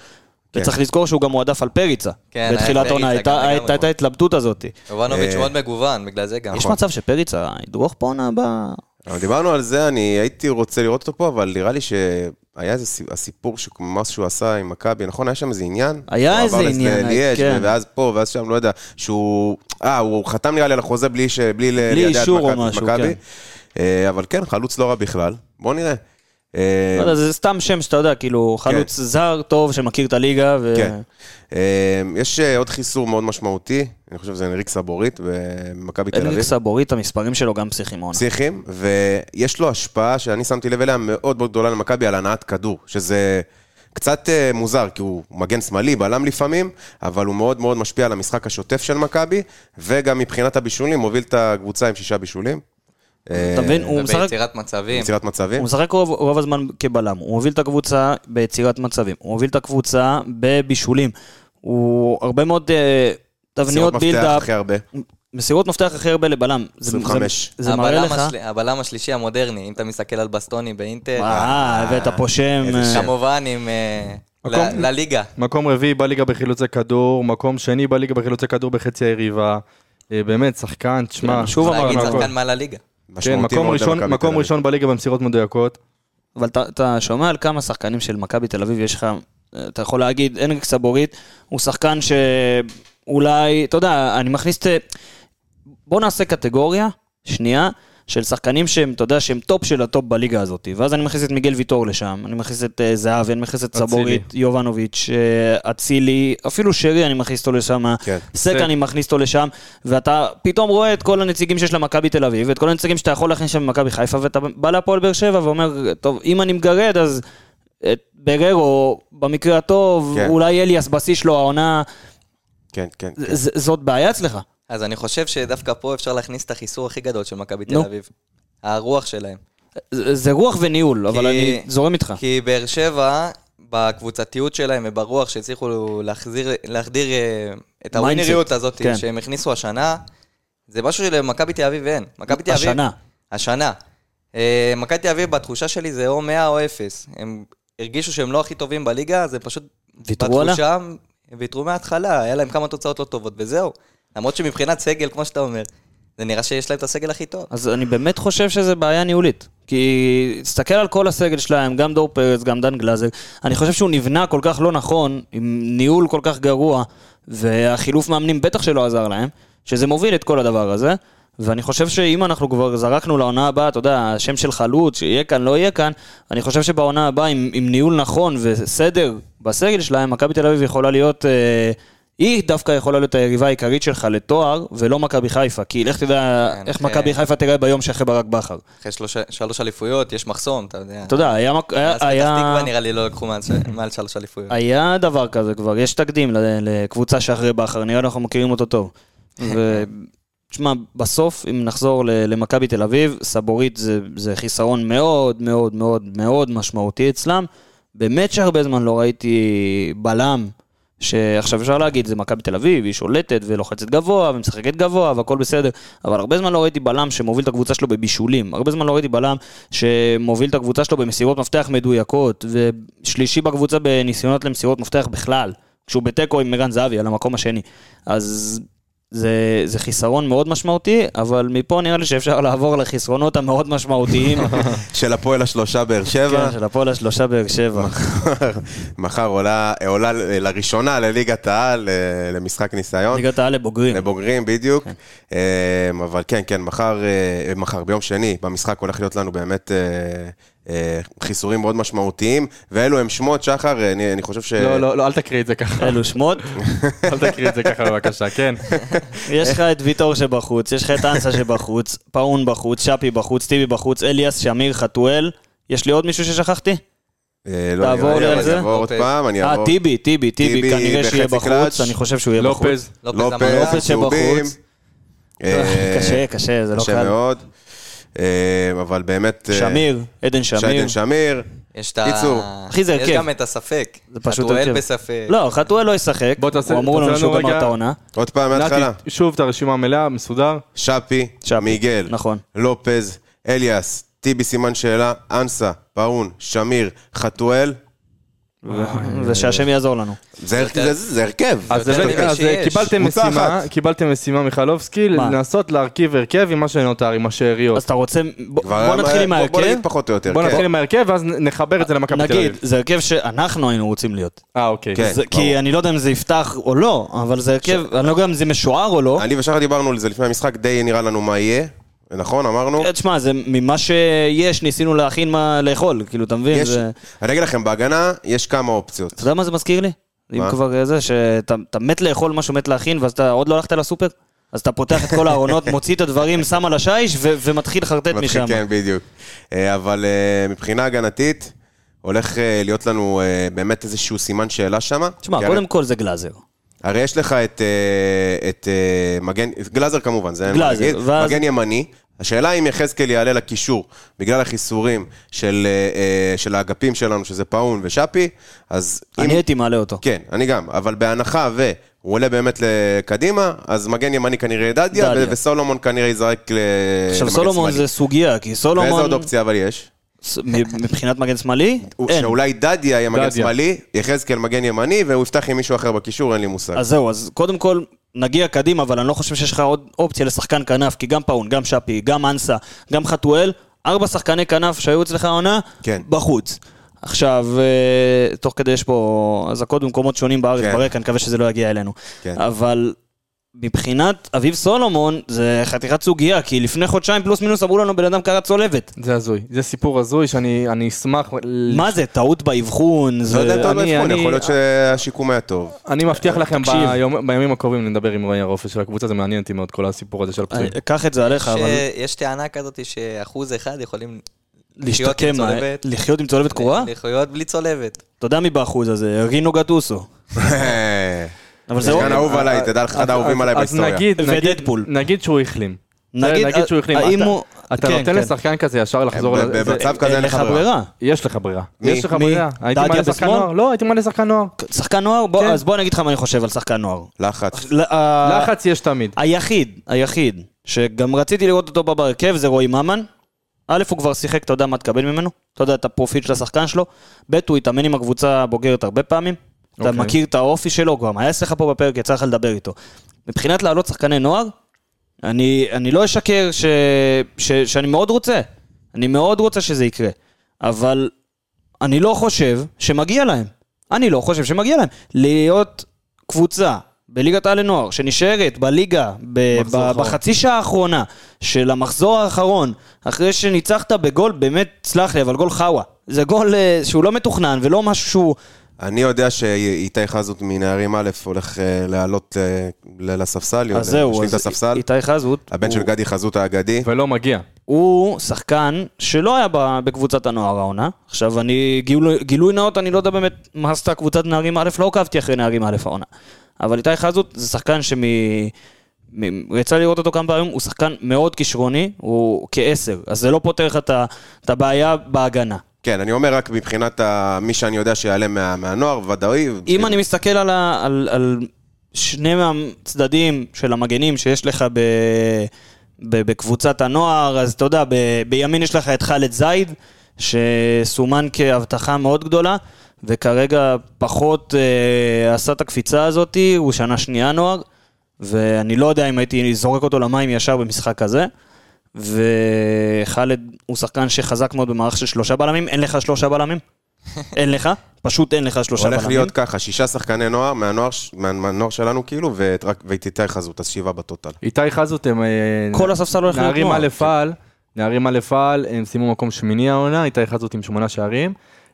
Speaker 2: כן.
Speaker 1: וצריך לזכור שהוא גם מועדף על פריצה.
Speaker 5: כן, היה
Speaker 1: בתחילת העונה,
Speaker 5: פריצה
Speaker 1: הייתה
Speaker 5: גם
Speaker 1: הייתה
Speaker 5: לגמרי.
Speaker 1: את ההתלבטות הזאת.
Speaker 5: יובנוביץ'
Speaker 2: אה,
Speaker 5: מאוד מגוון, בגלל זה גם.
Speaker 1: יש
Speaker 2: נכון.
Speaker 1: מצב שפריצה ידרוך פה עונה הבאה?
Speaker 2: אבל דיברנו על זה, אני הייתי רוצה לראות אותו פה, אבל נראה לי שהיה איזה סי- הסיפור, ש- מה שהוא עשה עם מכבי, נכון? היה שם איזה עניין?
Speaker 1: היה
Speaker 2: הוא
Speaker 1: איזה
Speaker 2: עבר לס-
Speaker 1: עניין,
Speaker 2: לליאז'
Speaker 1: כן.
Speaker 2: ואז פה, ואז שם, לא יודע, שהוא... אה, הוא חתם נראה לי על החוזה בלי ש- בלי ל-
Speaker 1: בלי
Speaker 2: לידע את
Speaker 1: אישור או
Speaker 2: מכבי-
Speaker 1: משהו,
Speaker 2: מכבי.
Speaker 1: כן.
Speaker 2: אה, אבל כן, חלוץ לא רע בכלל. בוא נראה. אה,
Speaker 1: לא יודע, זה סתם שם שאתה יודע, כאילו, חלוץ זר טוב שמכיר את הליגה, ו...
Speaker 2: כן. אה, יש אה, עוד חיסור מאוד משמעותי, אני חושב שזה אנריק סבורית במכבי תל
Speaker 1: אדריק
Speaker 2: אביב.
Speaker 1: סבורית, המספרים שלו גם פסיכים עונה.
Speaker 2: פסיכיים, ויש לו השפעה שאני שמתי לב אליה מאוד מאוד גדולה למכבי על הנעת כדור, שזה קצת אה, מוזר, כי הוא מגן שמאלי, בלם לפעמים, אבל הוא מאוד מאוד משפיע על המשחק השוטף של מכבי, וגם מבחינת הבישולים, מוביל את הקבוצה עם שישה בישולים. אה, כן.
Speaker 1: אתה מבין? הוא משחק...
Speaker 5: ביצירת מצבים.
Speaker 2: יצירת מצבים.
Speaker 1: הוא משחק רוב, רוב הזמן כבלם, הוא מוביל את הקבוצה ביצירת מצבים, הוא מוביל את הקבוצה בבישולים, הוא הרבה מאוד אה, תבניות
Speaker 2: מסירות מפתח
Speaker 1: בילדאפ,
Speaker 2: הכי הרבה.
Speaker 3: כן,
Speaker 1: מסירות מפתח הכי הרבה לבלם. זה-
Speaker 2: 25.
Speaker 1: זה, זה מראה
Speaker 5: הבלם
Speaker 1: לך...
Speaker 5: השל- הבלם השלישי המודרני, אם אתה מסתכל על בסטוני באינטר,
Speaker 1: אה, הבאת פה שם...
Speaker 2: איזה
Speaker 1: אה,
Speaker 2: שם.
Speaker 5: כמובן עם... אה,
Speaker 3: מקום-
Speaker 5: ל- לליגה.
Speaker 3: מקום רביעי בליגה בחילוצי כדור, מקום שני בליגה בחילוצי כדור בחצי היריבה. אה, באמת, שחקן, תשמע.
Speaker 1: שוב
Speaker 5: צריך להגיד
Speaker 3: הכל.
Speaker 5: שחקן מעל הליגה.
Speaker 3: כן,
Speaker 2: כן, משמעותי
Speaker 3: מקום
Speaker 2: מאוד
Speaker 3: ראשון,
Speaker 2: למכבי תל
Speaker 3: מקום
Speaker 2: אביב.
Speaker 3: ראשון בליגה במסירות מדויקות.
Speaker 1: אבל אתה, אתה שומע על כמה שחקנים של מכבי תל אביב יש לך, אתה יכול להגיד, אנריק סבורית הוא שחקן שאולי, אתה יודע, אני מכניס את... בוא נעשה קטגוריה, שנייה, של שחקנים שהם, אתה יודע, שהם טופ של הטופ בליגה הזאת. ואז אני מכניס את מיגל ויטור לשם, אני מכניס את אה, זהבי, אני מכניס את
Speaker 3: אצילי.
Speaker 1: סבורית, יובנוביץ', אה, אצילי, אפילו שרי אני מכניס אותו לשם.
Speaker 2: כן.
Speaker 1: סק
Speaker 3: סק.
Speaker 1: אני מכניס אותו לשם, ואתה פתאום רואה את כל הנציגים שיש למכבי תל אביב, ואת כל הנציגים שאתה יכול להכניס שם במכבי חיפה, ואתה בא להפועל באר שבע ואומר, טוב, אם אני מגרד, אז את בררו, במקרה הטוב,
Speaker 2: כן.
Speaker 1: אולי אליאס בשיא שלו העונה,
Speaker 2: כן, כן. כן.
Speaker 1: ז- זאת בעיה אצלך.
Speaker 5: אז אני חושב שדווקא פה אפשר להכניס את החיסור הכי גדול של מכבי תל
Speaker 1: נו.
Speaker 5: אביב. הרוח שלהם.
Speaker 1: זה זה רוח וניהול, אבל אני זורם איתך.
Speaker 5: כי באר שבע, בקבוצתיות שלהם וברוח שהצליחו להחזיר, להחדיר אה, את
Speaker 1: Mindset,
Speaker 5: הווינריות הזאת
Speaker 1: כן.
Speaker 5: כן. שהם הכניסו השנה, זה משהו שלמכבי תל אביב אין. מכבי תל אביב...
Speaker 1: השנה.
Speaker 5: השנה. אה, מכבי תל אביב, בתחושה שלי זה או 100 או 0. הם הרגישו שהם לא הכי טובים בליגה, זה פשוט...
Speaker 1: ויתרו עליה?
Speaker 5: בתחושה, הם ויתרו מההתחלה, היה להם כמה תוצאות לא טובות, וזהו. למרות שמבחינת סגל, כמו שאתה אומר, זה נראה שיש להם את הסגל הכי טוב.
Speaker 1: אז אני באמת חושב שזה בעיה ניהולית. כי תסתכל על כל הסגל שלהם, גם דור פרץ, גם דן גלאזר. אני חושב שהוא נבנה כל כך לא נכון, עם ניהול כל כך גרוע, והחילוף מאמנים בטח שלא עזר להם, שזה מוביל את כל הדבר הזה. ואני חושב שאם אנחנו כבר זרקנו לעונה הבאה, אתה יודע, השם של חלוץ, שיהיה כאן, לא יהיה כאן, אני חושב שבעונה הבאה, עם, עם ניהול נכון וסדר בסגל שלהם, מכבי תל אביב יכולה להיות... אה, היא דווקא יכולה להיות היריבה העיקרית שלך לתואר, ולא מכבי חיפה, כי לך תדע
Speaker 5: כן,
Speaker 1: איך
Speaker 5: כן.
Speaker 1: מכבי חיפה תראה ביום שאחרי ברק בכר.
Speaker 5: אחרי שלושה- שלוש אליפויות, יש מחסום, אתה יודע.
Speaker 1: אתה יודע, היה... מק- היה-
Speaker 5: אז פתח
Speaker 1: היה-
Speaker 5: תקווה נראה לי לא לקחו מעל ש- מעל שלוש אליפויות.
Speaker 1: היה דבר כזה כבר, יש תקדים ל- לקבוצה שאחרי בכר, נראה לי אנחנו מכירים אותו
Speaker 5: [laughs]
Speaker 1: טוב. ו- תשמע, בסוף, אם נחזור ל- למכבי תל אביב, סבורית זה, זה חיסרון מאוד מאוד מאוד מאוד משמעותי אצלם. באמת שהרבה זמן לא ראיתי בלם, שעכשיו אפשר להגיד, זה מכבי תל אביב, היא שולטת ולוחצת גבוה ומשחקת גבוה והכל בסדר, אבל הרבה זמן לא ראיתי בלם שמוביל את הקבוצה שלו בבישולים. הרבה זמן לא ראיתי בלם שמוביל את הקבוצה שלו במסירות מפתח מדויקות, ושלישי בקבוצה בניסיונות למסירות מפתח בכלל, כשהוא בתיקו עם ערן זהבי על המקום השני. אז זה, זה חיסרון מאוד משמעותי, אבל מפה נראה לי שאפשר לעבור לחסרונות המאוד
Speaker 2: [laughs]
Speaker 1: משמעותיים
Speaker 2: של הפועל השלושה באר שבע.
Speaker 1: כן, של הפועל השלושה באר שבע.
Speaker 2: [laughs] נכון. מחר עולה, עולה לראשונה לליגת העל, אה, למשחק ניסיון.
Speaker 1: ליגת העל לבוגרים.
Speaker 2: לבוגרים בדיוק,
Speaker 1: כן.
Speaker 2: אמ, אבל כן, כן, מחר, אה, מחר, ביום שני, במשחק הולך להיות לנו באמת אה, אה, חיסורים מאוד משמעותיים, ואלו הם שמות, שחר, אה, אה. אני אני חושב ש...
Speaker 3: לא, לא, לא, אל תקריא את זה ככה.
Speaker 1: אלו
Speaker 2: [laughs]
Speaker 1: שמות.
Speaker 3: אל תקריא את זה ככה בבקשה, כן.
Speaker 1: יש לך את ויטור שבחוץ, יש לך את אנסה שבחוץ, פאון בחוץ, שפי בחוץ, טיבי בחוץ, אליאס, שמיר, חתואל. יש לי עוד מישהו ששכחתי?
Speaker 2: אה, לא
Speaker 1: תעבור
Speaker 2: נראה לי,
Speaker 1: לי על
Speaker 2: אבל
Speaker 1: זה.
Speaker 2: אני אעבור עוד
Speaker 5: לופז.
Speaker 2: פעם, אני
Speaker 1: אה,
Speaker 2: אעבור...
Speaker 1: טיבי, טיבי, טיבי,
Speaker 2: טיבי
Speaker 1: כנראה שיהיה
Speaker 2: בחצי
Speaker 1: בחוץ,
Speaker 2: קלאץ'.
Speaker 1: אני חושב שהוא יהיה בחוץ.
Speaker 3: לופז.
Speaker 5: לופז
Speaker 2: לופז,
Speaker 5: אמר,
Speaker 1: לופז
Speaker 2: צהובים.
Speaker 1: שבחוץ. [laughs]
Speaker 2: אה,
Speaker 1: קשה, קשה, זה לא
Speaker 2: קשה
Speaker 1: קל.
Speaker 2: מאוד. אה, אבל באמת... אה,
Speaker 1: שמיר, עדן שמיר.
Speaker 2: שיידן שמיר.
Speaker 5: יש את ה...
Speaker 2: קיצור,
Speaker 1: אחי, זה
Speaker 5: יש
Speaker 1: הרכב.
Speaker 5: גם את הספק.
Speaker 1: זה פשוט
Speaker 5: חתואל
Speaker 1: הרכב.
Speaker 5: בספק.
Speaker 1: לא, חתואל לא ישחק.
Speaker 3: בוא תעשה-
Speaker 1: הוא אמרו
Speaker 3: תעשה
Speaker 1: לנו שהוא
Speaker 3: לנו
Speaker 1: גמר
Speaker 3: רגע-
Speaker 1: את העונה.
Speaker 2: עוד פעם מההתחלה.
Speaker 3: נתי, שוב את הרשימה המלאה, מסודר.
Speaker 2: שפי,
Speaker 1: שפי,
Speaker 2: מיגל,
Speaker 1: נכון.
Speaker 2: לופז, אליאס, טיבי סימן שאלה, אנסה, פאון, שמיר, חתואל.
Speaker 1: ושהשם יעזור לנו.
Speaker 2: זה הרכב. זה- זה הרכב.
Speaker 3: אז
Speaker 5: יותר
Speaker 3: הבאת-
Speaker 5: ממה
Speaker 3: אז,
Speaker 5: שיש.
Speaker 3: אה, קיבלתם
Speaker 2: קבוצה
Speaker 3: משימה,
Speaker 2: אחת.
Speaker 3: קיבלתם משימה מחלובסקי,
Speaker 1: מה?
Speaker 3: לנסות להרכיב הרכב עם מה שנותר, עם
Speaker 1: אז
Speaker 3: השאריות.
Speaker 1: אתה רוצה... בוא
Speaker 2: כבר-
Speaker 1: בוא נתחיל עם
Speaker 2: בוא- בוא
Speaker 1: ההרכב.
Speaker 2: נגיד פחות או יותר.
Speaker 3: בוא
Speaker 2: כן.
Speaker 3: נתחיל עם ההרכב ואז נחבר את זה למכבי תל
Speaker 1: נגיד,
Speaker 3: אביב.
Speaker 1: זה הרכב שאנחנו היינו רוצים להיות.
Speaker 3: אה, אוקיי.
Speaker 2: כן.
Speaker 1: זה-
Speaker 2: ברור.
Speaker 1: כי אני לא יודע אם זה יפתח או לא, אבל זה הרכב, אני לא יודע אם זה משוער או לא.
Speaker 2: אני ושחר דיברנו על זה לפני המשחק, די נראה לנו מה יהיה. נכון, אמרנו?
Speaker 1: אה, תשמע, זה ממה שיש, ניסינו להכין מה לאכול, כאילו, אתה מבין?
Speaker 2: יש,
Speaker 1: זה-
Speaker 2: אני אגיד לכם, בהגנה יש כמה אופציות.
Speaker 1: אתה יודע מה זה מזכיר לי? אם
Speaker 2: מה?
Speaker 1: כבר אה, זה, שאתה אתה מת לאכול משהו, מת להכין, ואז אתה עוד לא הלכת לסופר? אז אתה פותח את כל הארונות,
Speaker 2: [laughs]
Speaker 1: מוציא את הדברים, שם על השיש, ו- ומתחיל לחרטט
Speaker 2: מתחיל,
Speaker 1: משם.
Speaker 2: כן, בדיוק. אה, אבל אה, מבחינה הגנתית, הולך אה, להיות לנו אה, באמת איזשהו סימן שאלה שם.
Speaker 1: תשמע, קודם כל זה גלאזר.
Speaker 2: הרי יש לך את, אה, את אה, מגן, גלאזר כמובן, זה אין מה
Speaker 1: גלאזר,
Speaker 2: להגיד,
Speaker 1: ואז-
Speaker 2: מגן ימני. השאלה אם יחזקאל יעלה לקישור בגלל החיסורים של, אה, אה, של האגפים שלנו, שזה פאון ושאפי, אז
Speaker 1: אני הייתי מעלה אותו.
Speaker 2: כן, אני גם, אבל בהנחה והוא עולה באמת לקדימה, אז מגן ימני כנראה דדיה,
Speaker 1: דדיה.
Speaker 2: ו- וסולומון כנראה ייזרק ל- למגן
Speaker 1: עכשיו, סולומון זה
Speaker 2: שמאלי.
Speaker 1: סוגיה, כי סולומון...
Speaker 2: ואיזה עוד אופציה אבל יש?
Speaker 1: ס- מ- מבחינת מגן שמאלי?
Speaker 2: הוא-
Speaker 1: אין.
Speaker 2: שאולי דדיה יהיה מגן
Speaker 3: דדיה.
Speaker 2: שמאלי, יחזקאל מגן ימני, והוא יפתח עם מישהו אחר בקישור, אין לי מושג.
Speaker 1: אז זהו, אז קודם כל, נגיע קדימה, אבל אני לא חושב שיש לך עוד אופציה לשחקן כנף, כי גם פאון, גם שפי, גם אנסה, גם חתואל, ארבע שחקני כנף שהיו אצלך העונה,
Speaker 2: כן.
Speaker 1: בחוץ. עכשיו, אה, תוך כדי יש פה אזעקות במקומות שונים בארץ
Speaker 2: כן.
Speaker 1: ברקע, אני מקווה שזה לא יגיע אלינו.
Speaker 2: כן.
Speaker 1: אבל מבחינת אביב סולומון, זה חתיכת סוגיה, כי לפני חודשיים פלוס מינוס אמרו לנו, בן אדם קרא צולבת.
Speaker 3: זה הזוי. זה סיפור הזוי שאני אני אשמח... ל-
Speaker 1: מה זה, טעות באבחון?
Speaker 2: לא יודע אם אתה
Speaker 1: זה...
Speaker 2: עוד
Speaker 3: אני-
Speaker 2: יכול
Speaker 3: אני-
Speaker 2: להיות שהשיקום היה טוב.
Speaker 3: אני מבטיח לכם
Speaker 1: תקשיב.
Speaker 3: ביום- בימים הקרובים נדבר עם רועי הרופש של הקבוצה, זה מעניין אותי מאוד כל הסיפור הזה של הפצועים.
Speaker 1: אני- קח את זה עליך,
Speaker 5: ש-
Speaker 1: אבל...
Speaker 5: יש אה, טענה כזאת שאחוז אחד יכולים... לחיות עם
Speaker 1: להשתקם, מה-
Speaker 5: צולבת.
Speaker 1: לחיות עם צולבת קרועה?
Speaker 5: לחיות בלי צולבת.
Speaker 1: אתה יודע מי באחוז הזה, רינו גטוסו. אבל זה
Speaker 2: זה
Speaker 1: עוד...
Speaker 2: כאן אהוב עליי, תדע לך, אחד האהובים עליי
Speaker 3: אז
Speaker 2: בהיסטוריה.
Speaker 3: נגיד, נגיד,
Speaker 1: ודדפול.
Speaker 3: נגיד שהוא החלים.
Speaker 1: נגיד- אה,
Speaker 3: נגיד שהוא החלים.
Speaker 1: האם
Speaker 3: אתה-
Speaker 1: הוא-
Speaker 3: אתה
Speaker 1: כן,
Speaker 3: נותן
Speaker 1: כן.
Speaker 3: לשחקן כזה ישר לחזור
Speaker 2: ב-
Speaker 3: ל- זה-
Speaker 2: במצב כזה
Speaker 1: אה, אין לך ברירה.
Speaker 3: יש לך ברירה.
Speaker 2: מי?
Speaker 3: יש לך
Speaker 1: מי?
Speaker 3: ברירה. הייתי
Speaker 1: דדיה
Speaker 3: מעלה שחקן
Speaker 1: בשמאל?
Speaker 3: נוער? לא, הייתי מעלה שחקן נוער.
Speaker 1: שחקן נוער? בוא-
Speaker 3: כן.
Speaker 1: אז בוא אני אגיד לך מה אני חושב על שחקן נוער.
Speaker 2: לחץ.
Speaker 1: ל- ה-
Speaker 3: לחץ יש תמיד.
Speaker 1: היחיד, היחיד, שגם רציתי לראות אותו בא בהרכב, זה רועי ממן. א', הוא כבר שיחק, אתה יודע מה תקבל ממנו? אתה יודע את הפרופיל של השחקן שלו. ב', הוא התאמן עם הקבוצה הבוגרת הרבה פעמים. אתה
Speaker 3: אוקיי.
Speaker 1: מכיר את האופי שלו, הוא כבר היה אצלך פה בפרק, יצא לך לדבר איתו. מבחינת להעלות שחקני נוער, אני, אני לא אשקר ש, ש, שאני מאוד רוצה. אני מאוד רוצה שזה יקרה. אבל אני לא חושב שמגיע להם. אני לא חושב שמגיע להם. להיות קבוצה בליגת העל לנוער, שנשארת בליגה ב-
Speaker 3: מחזור
Speaker 1: ב-
Speaker 3: אחרון.
Speaker 1: בחצי שעה האחרונה של המחזור האחרון, אחרי שניצחת בגול, באמת, סלח לי, אבל גול חאווה. זה גול אה, שהוא לא מתוכנן ולא משהו שהוא...
Speaker 2: אני יודע שאיתי חזות מנערים א' הולך אה, לעלות אה, ל- לספסל,
Speaker 1: אז זהו,
Speaker 2: להשלים
Speaker 1: אז
Speaker 2: את הספסל.
Speaker 1: איתי חזות,
Speaker 2: הבן
Speaker 1: הוא-
Speaker 2: של גדי חזות האגדי.
Speaker 3: ולא מגיע.
Speaker 1: הוא שחקן שלא היה ב- בקבוצת הנוער העונה. עכשיו, אני, גילוי, גילוי נאות, אני לא יודע באמת מה עשתה קבוצת נערים א', לא עוקבתי אחרי נערים א' העונה. אבל איתי חזות זה שחקן שמ... מ- יצא לי לראות אותו כמה פעמים, הוא שחקן מאוד כישרוני, הוא כעשר, אז זה לא פותר לך את ה- את הבעיה בהגנה.
Speaker 2: כן, אני אומר רק מבחינת ה- מי שאני יודע שיעלה מה- מהנוער, ודאי.
Speaker 1: אם אני מסתכל על, ה, על, על שני מהצדדים של המגנים שיש לך ב, ב, בקבוצת הנוער, אז אתה יודע, ב, בימין יש לך את חאלד זייד, שסומן כהבטחה מאוד גדולה, וכרגע פחות אה, עשה את הקפיצה הזאת, הוא שנה שנייה נוער, ואני לא יודע אם הייתי זורק אותו למים ישר במשחק הזה. וחאלד הוא שחקן שחזק מאוד במערך של שלושה בלמים, אין לך שלושה בלמים? אין לך? פשוט אין לך שלושה בלמים.
Speaker 2: הולך להיות ככה, שישה שחקני נוער מהנוער ש- מה- מהנוער שלנו כאילו, ואת רק- ואת איתי חזות, אז שבעה בטוטל.
Speaker 3: איתי חזות הם... אה,
Speaker 1: כל הספסל הולך להיות
Speaker 3: נערים
Speaker 1: נוער.
Speaker 3: א' על, נערים א' על, הם סיימו מקום שמיני העונה, איתי חזות עם שמונה שערים.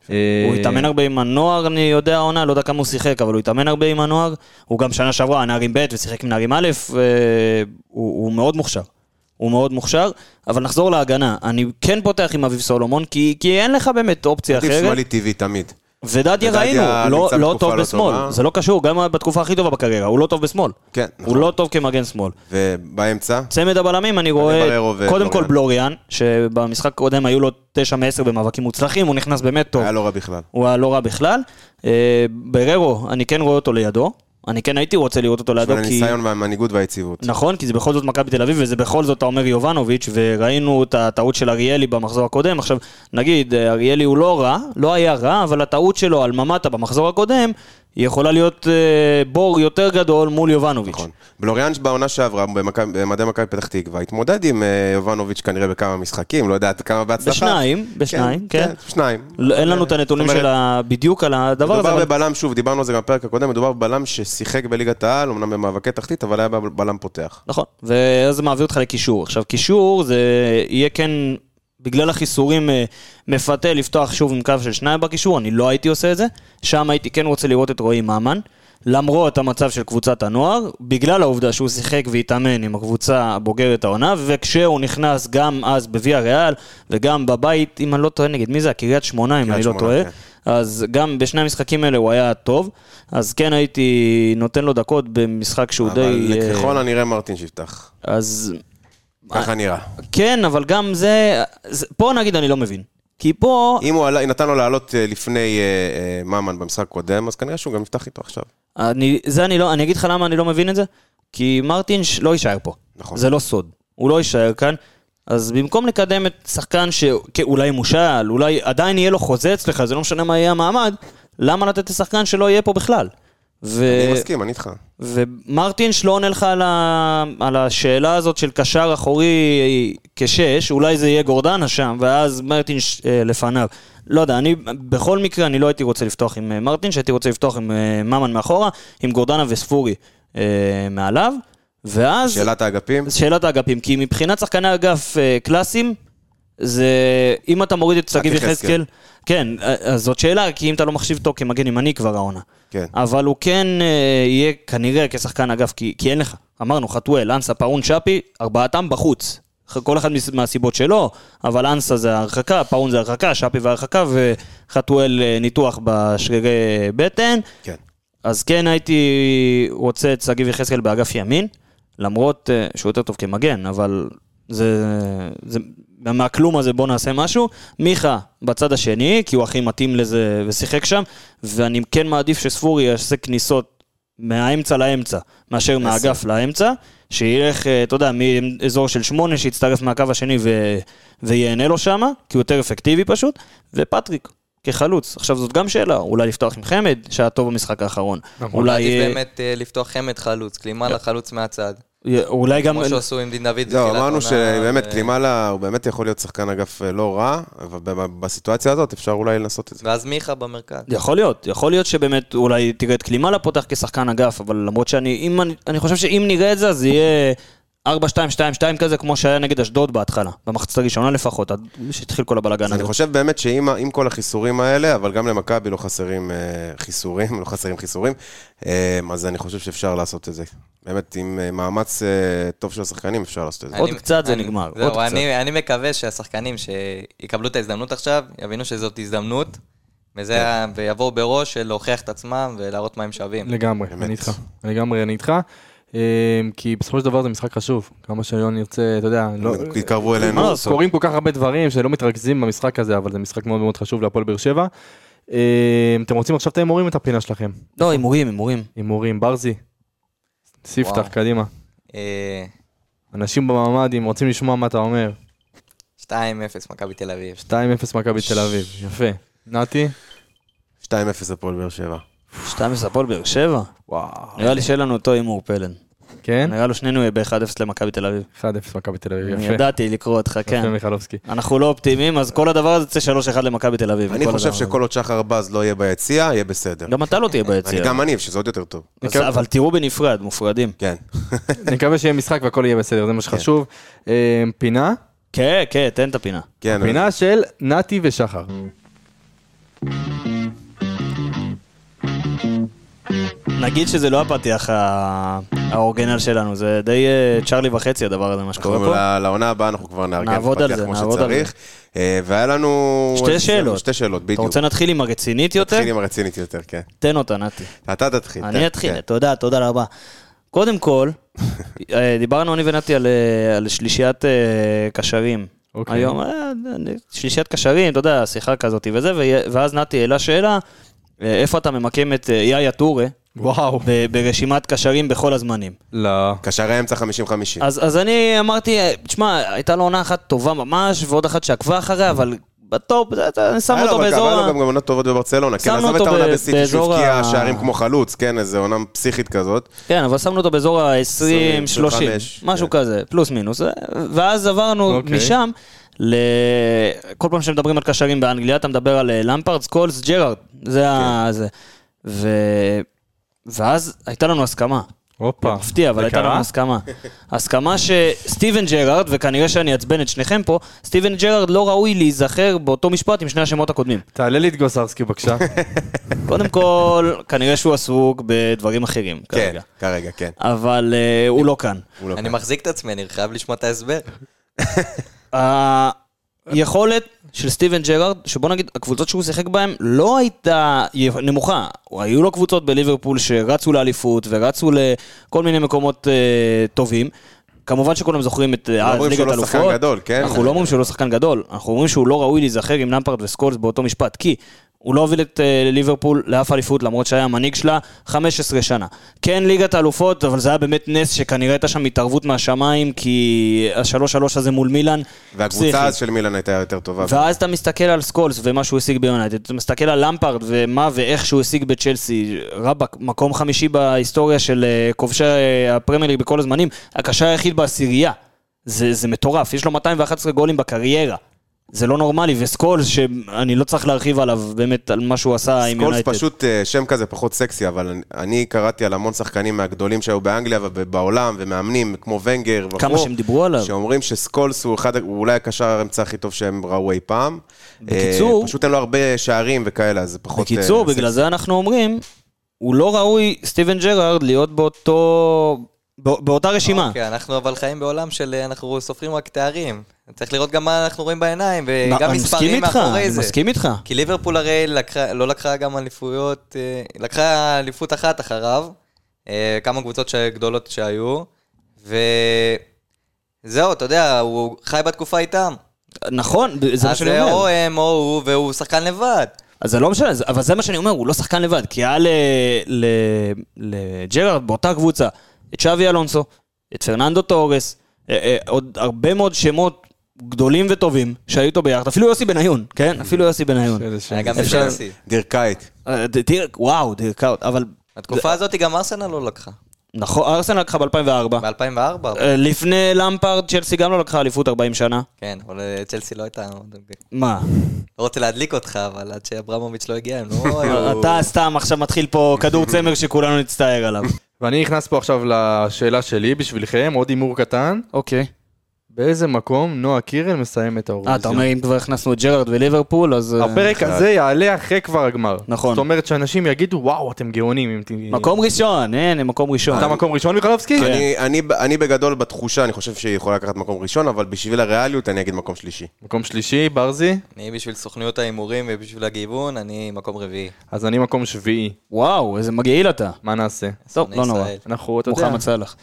Speaker 3: אה,
Speaker 1: הוא התאמן הרבה עם הנוער, אני יודע העונה, לא יודע כמה הוא שיחק, אבל הוא התאמן הרבה עם הנוער. הוא גם שנה שעברה, נערים ב' ושיחק עם נערים א', והוא הוא אה, מאוד מוכשר. הוא מאוד מוכשר, אבל נחזור להגנה. אני כן פותח עם אביב סולומון, כי, כי אין לך באמת אופציה
Speaker 2: עדיף
Speaker 1: אחרת.
Speaker 2: שמאלי טבעי תמיד.
Speaker 1: ודדיה
Speaker 2: ודדיה
Speaker 1: ראינו, לא,
Speaker 2: נמצא
Speaker 1: לא
Speaker 2: בתקופה
Speaker 1: טוב
Speaker 2: לא
Speaker 1: בשמאל.
Speaker 2: טובה.
Speaker 1: זה לא קשור, גם בתקופה הכי טובה בקריירה, הוא לא טוב בשמאל.
Speaker 2: כן,
Speaker 1: הוא
Speaker 2: נכון.
Speaker 1: לא טוב כמגן שמאל.
Speaker 2: ובאמצע?
Speaker 1: צמד הבלמים, אני רואה,
Speaker 2: בררו ובלוריאן.
Speaker 1: קודם כל בלוריאן, שבמשחק הקודם היו לו 9 מ-10 במאבקים מוצלחים, הוא נכנס באמת טוב.
Speaker 2: היה לא רע בכלל.
Speaker 1: הוא היה לא רע בכלל. אה, בררו, אני כן רואה אותו לידו. אני כן הייתי רוצה לראות אותו לידו,
Speaker 2: בשביל
Speaker 1: כי...
Speaker 2: הניסיון והמנהיגות והיציבות.
Speaker 1: נכון, כי זה בכל זאת מכבי תל אביב, וזה בכל זאת, אתה אומר יובנוביץ', וראינו את הטעות של אריאלי במחזור הקודם. עכשיו, נגיד, אה, אריאלי הוא לא רע, לא היה רע, אבל הטעות שלו על ממ"טה במחזור הקודם, היא יכולה להיות אה, בור יותר גדול מול יובנוביץ'.
Speaker 2: נכון. בלוריאנש בעונה שעברה, במכבי- במדי מכבי פתח תקווה, התמודד עם אה, יובנוביץ' כנראה בכמה משחקים, לא יודע עד כמה בהצלחה.
Speaker 1: בשניים, בשניים, כן.
Speaker 2: שניים.
Speaker 1: לא, אין לנו את הנתונים
Speaker 2: זאת אומרת,
Speaker 1: של ה... בדיוק על הדבר הזה,
Speaker 2: מדובר
Speaker 1: אבל
Speaker 2: בבלם, שוב, דיברנו על זה גם בפרק הקודם, מדובר בבלם ששיחק בליגת העל, אמנם במאבקי תחתית, אבל היה בלם פותח.
Speaker 1: נכון, ואז זה מעביר אותך לקישור. עכשיו, קישור זה יהיה כן, בגלל החיסורים אה, מפתה לפתוח שוב עם קו של שניים בקישור, אני לא הייתי עושה את זה. שם הייתי כן רוצה לראות את רועי ממן, למרות המצב של קבוצת הנוער, בגלל העובדה שהוא שיחק והתאמן עם הקבוצה בוגרת העונה, וכשהוא נכנס גם אז בוויה ריאל, וגם בבית, אם אני לא טועה, נגד מי זה? קריית שמונה, אם
Speaker 2: קריית
Speaker 1: אני לא
Speaker 2: שמונה,
Speaker 1: טועה.
Speaker 2: כן.
Speaker 1: אז גם בשני המשחקים האלה הוא היה טוב, אז כן הייתי נותן לו דקות במשחק שהוא די...
Speaker 2: אבל
Speaker 1: אה,
Speaker 2: ככל הנראה מרטין שיפתח.
Speaker 1: אז
Speaker 2: ככה נראה. כן.
Speaker 1: כן, אבל גם זה, זה... פה נגיד אני לא מבין. כי פה...
Speaker 2: אם הוא עלה- נתן לו לעלות אה, לפני אה, אה, ממן במשחק הקודם, אז כנראה שהוא גם יפתח איתו עכשיו.
Speaker 1: אני, זה אני לא... אני אגיד לך למה אני לא מבין את זה. כי מרטינש לא יישאר פה.
Speaker 2: נכון.
Speaker 1: זה לא סוד. הוא לא יישאר כאן. אז במקום לקדם את שחקן שאולי מושל, אולי עדיין יהיה לו חוזה אצלך, זה לא משנה מה יהיה המעמד, למה לתת לשחקן שלא יהיה פה בכלל? ו...
Speaker 2: אני מסכים, אני איתך.
Speaker 1: ומרטינש לא עונה לך על, ה... על השאלה הזאת של קשר אחורי כשש, אולי זה יהיה גורדנה שם, ואז מרטינש אה, לפניו. לא יודע, אני בכל מקרה, אני לא הייתי רוצה לפתוח עם אה, מרטינש, הייתי רוצה לפתוח עם אה, ממן מאחורה, עם גורדנה וספורי אה, מעליו, ואז...
Speaker 2: שאלת האגפים?
Speaker 1: שאלת האגפים, כי מבחינת שחקני אגף אה, קלאסיים, זה אם אתה מוריד את שגיב
Speaker 2: רק יחזקאל.
Speaker 1: יחזקאל, כן, אה, אז זאת שאלה, כי אם אתה לא מחשיב אותו כמגן ימני כבר העונה.
Speaker 2: כן.
Speaker 1: אבל הוא כן אה, יהיה כנראה כשחקן אגף, כי, כי אין לך. אמרנו, חתואל, אנסה, פאון, שפי, ארבעתם בחוץ. כל אחד מס- מהסיבות שלו, אבל אנסה זה הרחקה, פאון זה הרחקה, שפי והרחקה, וחתואל אה, ניתוח בשרירי בטן.
Speaker 2: כן.
Speaker 1: אז כן הייתי רוצה את שגיב יחזקאל באגף ימין, למרות אה, שהוא יותר טוב כמגן, אבל זה, זה מהכלום הזה בוא נעשה משהו. מיכה בצד השני, כי הוא הכי מתאים לזה ושיחק שם, ואני כן מעדיף שספורי יעשה כניסות מהאמצע לאמצע, מאשר מהאגף לאמצע, שילך, אה, אתה יודע, מאזור של שמונה, שיצטרף מהקו השני ו... ויהנה לו שמה, כי הוא יותר אפקטיבי פשוט, ופטריק. כחלוץ. עכשיו זאת גם שאלה, אולי לפתוח עם חמד, שהיה טוב במשחק האחרון. אולי,
Speaker 5: עדיף
Speaker 1: אה,
Speaker 5: באמת אה, לפתוח חמד חלוץ, כלימה לחלוץ מהצד.
Speaker 1: אולי גם...
Speaker 5: כמו שעשו עם דין דוד בתחילת
Speaker 2: זהו, לא, אמרנו
Speaker 5: עונה, אה,
Speaker 2: שבאמת
Speaker 5: ו-
Speaker 2: קלימאלה, הוא באמת יכול להיות שחקן אגף אה, לא רע, אבל ב- בסיטואציה הזאת אפשר אולי לנסות את זה.
Speaker 5: ואז מיכה במרכז.
Speaker 1: יכול להיות, יכול להיות שבאמת אולי תראה את קלימלה פותח כשחקן אגף, אבל למרות שאני, אם, אני- אני חושב שאם נראה את זה, אז יהיה 4-2-2-2 כזה, כמו שהיה נגד אשדוד בהתחלה, במחצית הראשונה לפחות, עד שהתחיל כל הבלאגן
Speaker 2: אז אני
Speaker 1: הזה.
Speaker 2: חושב באמת שעם ה- עם כל החיסורים האלה, אבל גם למכבי לא חסרים אה, חיסורים, [laughs] לא חסרים חיסורים, אה, אז אני חושב שאפשר לעשות את זה. באמת, עם אה, מאמץ אה, טוב של השחקנים אפשר לעשות את זה.
Speaker 1: עוד
Speaker 5: אני-
Speaker 1: קצת זה
Speaker 5: אני-
Speaker 1: נגמר,
Speaker 5: זהו,
Speaker 1: עוד קצת.
Speaker 5: אני- אני מקווה שהשחקנים שיקבלו את ההזדמנות עכשיו, יבינו שזאת הזדמנות,
Speaker 1: כן.
Speaker 5: וזה ה- ויבואו בראש של להוכיח את עצמם ולהראות מה הם שווים.
Speaker 3: לגמרי,
Speaker 2: באמת.
Speaker 3: אני איתך. לגמרי, אני איתך. אמ, כי בסופו של דבר זה משחק חשוב. כמה שלא נרצה, אתה יודע, לא...
Speaker 2: התקרבו אלינו.
Speaker 1: מה לעשות?
Speaker 3: קורים כל כך הרבה דברים שלא מתרכזים במשחק הזה, אבל זה משחק מאוד מאוד חשוב להפועל באר שבע. אמ, אתם רוצים עכשיו את ההימורים את הפינה שלכם.
Speaker 1: לא, הימורים, הימורים.
Speaker 3: הימורים, ברזי. ספתח,
Speaker 5: וואו.
Speaker 3: קדימה.
Speaker 5: אה,
Speaker 3: אנשים במעמד, אם רוצים לשמוע מה אתה אומר.
Speaker 5: 2-0 מכבי תל אביב.
Speaker 3: 2-0 מכבי תל אביב, יפה. נתי?
Speaker 2: 2-0 הפועל באר שבע.
Speaker 1: 12 הפועל באר שבע?
Speaker 2: אה.
Speaker 3: וואו.
Speaker 1: נראה לי שיהיה לנו אותו הימור פלן.
Speaker 3: כן?
Speaker 1: נראה לו שנינו יהיה ב-1-0 למכבי תל אביב.
Speaker 3: 1-0 מכבי תל אביב,
Speaker 1: אני
Speaker 3: יפה.
Speaker 1: ידעתי לקרוא אותך,
Speaker 3: יפה
Speaker 1: כן.
Speaker 3: מיכלובסקי.
Speaker 1: אנחנו לא אופטימיים, אז כל הדבר הזה יצא 3-1 למכבי תל אביב.
Speaker 2: אני
Speaker 1: כל
Speaker 2: חושב
Speaker 1: הדבר הזה.
Speaker 2: שכל עוד שחר בז לא יהיה ביציע, יהיה בסדר.
Speaker 1: גם אתה לא תהיה
Speaker 2: אני
Speaker 1: ביציע. אה,
Speaker 2: גם כן. אני, שזה עוד יותר טוב.
Speaker 1: אז- אבל תראו בנפרד, מופרדים.
Speaker 2: כן.
Speaker 3: נקווה שיהיה משחק והכל יהיה בסדר, זה מה שחשוב. אמ, פינה?
Speaker 1: כן, כן, תן את הפינה.
Speaker 2: כן.
Speaker 3: פינה של נתי ושחר.
Speaker 1: נגיד שזה לא הפתיח ה- האורגינל שלנו, זה די אה, צ'ארלי וחצי הדבר הזה, מה שקורה
Speaker 2: אנחנו
Speaker 1: פה.
Speaker 2: ל- לעונה הבאה אנחנו כבר נארגן
Speaker 1: נכון. נעבוד על
Speaker 2: פתיח
Speaker 1: זה,
Speaker 2: כמו
Speaker 1: נעבוד על
Speaker 2: שצריך. אה, והיה לנו...
Speaker 1: שתי
Speaker 2: איזה-
Speaker 1: שאלות.
Speaker 2: שתי שאלות, בדיוק.
Speaker 1: אתה רוצה נתחיל עם הרצינית יותר?
Speaker 2: נתחיל עם הרצינית יותר, כן.
Speaker 1: תן אותה, נתי.
Speaker 2: אתה תתחיל. כן,
Speaker 1: אני אתחיל,
Speaker 2: כן.
Speaker 1: תודה, תודה רבה. קודם
Speaker 2: [laughs]
Speaker 1: כל, אה, דיברנו אני ונתי על, אה, על שלישיית אה, קשרים.
Speaker 3: אוקיי.
Speaker 1: היום, אה, אני- שלישיית קשרים, אתה יודע, שיחה כזאת וזה, ו- ואז נתי העלה שאלה, אה, איפה אתה ממקם את אה, יאיה טורה
Speaker 3: וואו.
Speaker 1: ב- ברשימת קשרים בכל הזמנים?
Speaker 3: לא.
Speaker 2: קשר האמצע 50-50.
Speaker 1: אז, אז אני אמרתי, אה, תשמע, הייתה לו עונה אחת טובה ממש, ועוד אחת שעקבה אחריה, אבל בטופ, זה- זה- אני שם
Speaker 2: היה לו
Speaker 1: אותו
Speaker 2: אבל-
Speaker 1: באזור...
Speaker 2: היה
Speaker 1: ה-
Speaker 2: לו גם עונות טובות בברצלונה, כן,
Speaker 1: שמנו
Speaker 2: עזוב את
Speaker 1: אותו
Speaker 2: העונה
Speaker 1: ב-
Speaker 2: בסיטי, שהוא
Speaker 1: באזור
Speaker 2: הבקיע
Speaker 1: ה-
Speaker 2: שערים כמו חלוץ, כן, איזו עונה פסיכית כזאת.
Speaker 1: כן, אבל שמנו אותו באזור ה-20, 30,
Speaker 2: 25,
Speaker 1: משהו
Speaker 2: כן.
Speaker 1: כזה, פלוס מינוס. ואז עברנו
Speaker 3: אוקיי.
Speaker 1: משם, ל... כל פעם שמדברים על קשרים באנגליה, אתה מדבר על אה, למפרדס, קולס, ג'רארד. זה ה... זה. ו... ואז הייתה לנו הסכמה.
Speaker 3: הופה.
Speaker 1: מפתיע, אבל
Speaker 3: זה
Speaker 1: הייתה
Speaker 3: קרה?
Speaker 1: לנו הסכמה. הסכמה שסטיבן ג'רארד, וכנראה שאני אעצבן את שניכם פה, סטיבן ג'רארד לא ראוי להיזכר באותו משפט עם שני השמות הקודמים.
Speaker 3: תעלה לי את גוסרסקי [laughs] בבקשה.
Speaker 1: קודם כל, כנראה שהוא עסוק בדברים אחרים
Speaker 2: כן,
Speaker 1: כרגע.
Speaker 2: כרגע, כן.
Speaker 1: אבל אה, הוא לא כאן.
Speaker 2: הוא לא
Speaker 5: אני מחזיק את עצמי, אני חייב לשמוע את ההסבר.
Speaker 1: היכולת של סטיבן ג'רארד, שבוא נגיד, הקבוצות שהוא שיחק בהן לא הייתה נמוכה. היו לו קבוצות בליברפול שרצו לאליפות ורצו לכל מיני מקומות אה, טובים. כמובן שכולם זוכרים את אה, אז
Speaker 2: אומרים
Speaker 1: ליגת
Speaker 2: שהוא לא שחקן
Speaker 1: אלופות.
Speaker 2: גדול, כן?
Speaker 1: אנחנו לא אומרים שהוא לא שחקן גדול, אנחנו אומרים שהוא לא ראוי להיזכר עם למפרד וסקולס באותו משפט, כי הוא לא הוביל את אה, ליברפול לאף אליפות, למרות שהיה המנהיג שלה 15 שנה. כן, ליגת האלופות, אבל זה היה באמת נס שכנראה הייתה שם התערבות מהשמיים, כי השלוש שלוש הזה מול מילאן, פסיכי.
Speaker 2: והקבוצה אז של מילן הייתה יותר טובה.
Speaker 1: ואז אתה מסתכל על סקולס ומה שהוא השיג ביונייטד, אתה מסתכל על למפרד ומה ואיך שהוא השיג בצ'לסי, רבאק, מקום חמישי בהיסטוריה של אה, כובשי אה, הפרמייר ליג בכל הזמנים, הקשר היחיד בעשירייה. זה, זה מטורף, יש לו 211 גולים בקריירה. זה לא נורמלי, וסקולס, שאני לא צריך להרחיב עליו באמת, על מה שהוא עשה עם
Speaker 2: סקולס
Speaker 1: יונייטד.
Speaker 2: פשוט אה, שם כזה פחות סקסי, אבל אני- אני קראתי על המון שחקנים מהגדולים שהיו באנגליה ובעולם, ומאמנים כמו ונגר וכו'.
Speaker 1: כמה שהם דיברו עליו.
Speaker 2: שאומרים שסקולס הוא אחד, הוא אולי הקשר האמצע הכי טוב שהם ראו אי פעם.
Speaker 1: בקיצור-
Speaker 2: אה, פשוט אין לו הרבה שערים וכאלה, אז זה פחות... אה,
Speaker 1: בקיצור,
Speaker 2: סקסי.
Speaker 1: בגלל זה אנחנו אומרים, הוא לא ראוי, סטיבן ג'רארד, להיות באותו... בא- באותה רשימה.
Speaker 5: אוקיי, אנחנו אבל חיים בעולם של אה, אנחנו סופרים רק תארים. צריך לראות גם מה אנחנו רואים בעיניים, וגם
Speaker 1: אני מסכים
Speaker 5: מספרים
Speaker 1: איתך,
Speaker 5: מאחורי
Speaker 1: אני
Speaker 5: זה.
Speaker 1: מסכים איתך.
Speaker 5: כי ליברפול הרי לקחה, לא לקחה גם אליפויות, אה, לקחה אליפות אחת אחריו, אה, כמה קבוצות ש- גדולות שהיו, וזהו, אתה יודע, הוא חי בתקופה איתם.
Speaker 1: נכון, זה מה
Speaker 5: אז
Speaker 1: שאני אומר.
Speaker 5: או הם או הוא, והוא שחקן לבד.
Speaker 1: אז זה לא משנה, זה- אבל זה מה שאני אומר, הוא לא שחקן לבד, כי היה ל- ל- לג'רארד באותה קבוצה את שווי אלונסו, את פרננדו טורס, אה, אה, עוד הרבה מאוד שמות גדולים וטובים שהיו איתו ביחד, אפילו יוסי בניון, כן? אפילו יוסי בניון.
Speaker 3: איזה שם.
Speaker 5: היה גם
Speaker 1: אפשר-
Speaker 5: בצ'לסי.
Speaker 2: דירקייט.
Speaker 1: אה, ד- תראה, וואו, דירקאוט, אבל
Speaker 5: התקופה הזאת גם ארסנל לא לקחה.
Speaker 1: נכון, ארסן לקחה ב-2004.
Speaker 5: ב-2004,
Speaker 1: אה. לפני למפרד, צ'לסי גם לא לקחה אליפות 40 שנה.
Speaker 5: כן, אבל אה, צ'לסי לא הייתה... [laughs]
Speaker 1: מה?
Speaker 5: לא רוצה להדליק אותך, אבל עד שאברמוביץ' לא הגיע, הם
Speaker 1: [laughs]
Speaker 5: לא היו...
Speaker 1: אתה סתם עכשיו מתחיל פה כדור צמר שכולנו נצטער עליו.
Speaker 3: ואני נכנס פה עכשיו לשאלה שלי בשבילכם, עוד הימור קטן.
Speaker 1: אוקיי.
Speaker 3: באיזה מקום נועה קירל מסיים את
Speaker 1: אה, אתה אומר,
Speaker 3: האירוויזיון?
Speaker 1: אם כבר הכנסנו את ג'רארד וליברפול, אז... אה,
Speaker 3: הפרק הזה יעלה אחרי כבר הגמר.
Speaker 1: נכון.
Speaker 3: זאת אומרת שאנשים יגידו, וואו, אתם גאונים. אם ת-
Speaker 1: מקום ראשון, הנה, מקום ראשון.
Speaker 3: אתה מקום ראשון, מיכלובסקי?
Speaker 1: כן.
Speaker 2: אני, אני, אני בגדול בתחושה, אני חושב שהיא יכולה לקחת מקום ראשון, אבל בשביל הריאליות אני אגיד מקום שלישי.
Speaker 1: אוקיי,
Speaker 3: מקום שלישי, ברזי.
Speaker 5: אני בשביל סוכנויות ההימורים ובשביל הגיוון, אני מקום רביעי.
Speaker 3: אז אני מקום שביעי.
Speaker 1: וואו, איזה מגעיל אתה.
Speaker 3: מה נעשה?
Speaker 1: טוב,
Speaker 5: שונא
Speaker 1: לא נורא.
Speaker 5: ישראל.
Speaker 3: אנחנו, אתה יודע.
Speaker 1: מוחמד סאלח.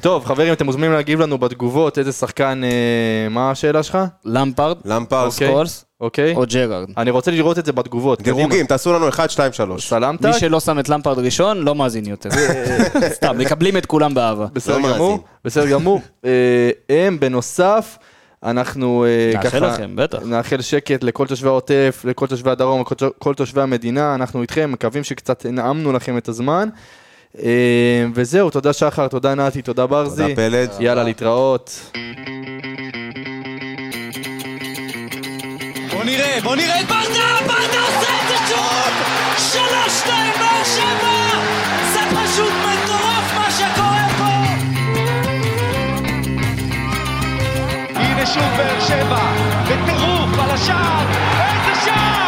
Speaker 3: טוב, חברים, אתם מוזמנים להגיב לנו בתגובות איזה שחקן... אה, מה השאלה שלך?
Speaker 1: למפרד,
Speaker 2: למפרד,
Speaker 3: אוקיי.
Speaker 1: סקולס
Speaker 3: אוקיי.
Speaker 1: או ג'רארד.
Speaker 3: אני רוצה לראות את זה בתגובות.
Speaker 2: דירוגים, תעשו לנו 1, 2,
Speaker 3: קדימה.
Speaker 2: 3.
Speaker 3: סלמת?
Speaker 1: מי שלא שם את למפרד ראשון, לא מאזין יותר.
Speaker 3: אה,
Speaker 1: סתם, מקבלים את כולם באהבה.
Speaker 3: בסדר
Speaker 2: לא
Speaker 3: גמור.
Speaker 2: מאזין.
Speaker 3: בסדר גמור. אה, הם, בנוסף, אנחנו אה,
Speaker 1: נאחל
Speaker 3: ככה...
Speaker 1: לכם, בטח.
Speaker 3: נאחל שקט לכל תושבי העוטף, לכל תושבי הדרום, לכל תוש- כל תושבי המדינה. אנחנו איתכם, מקווים שקצת נעמנו לכם את הזמן. אה, וזהו, תודה שחר, תודה נתי, תודה ברזי.
Speaker 2: תודה פלד.
Speaker 3: יאללה, להתראות.
Speaker 6: בוא נראה, בוא נראה את ברדה, ברדה עושה את זה שוב! שלוש, שתיים, באר שבע! זה פשוט מטורף מה שקורה פה!
Speaker 4: הנה שוב באר שבע, בטירוף על השער, איזה שער! כן,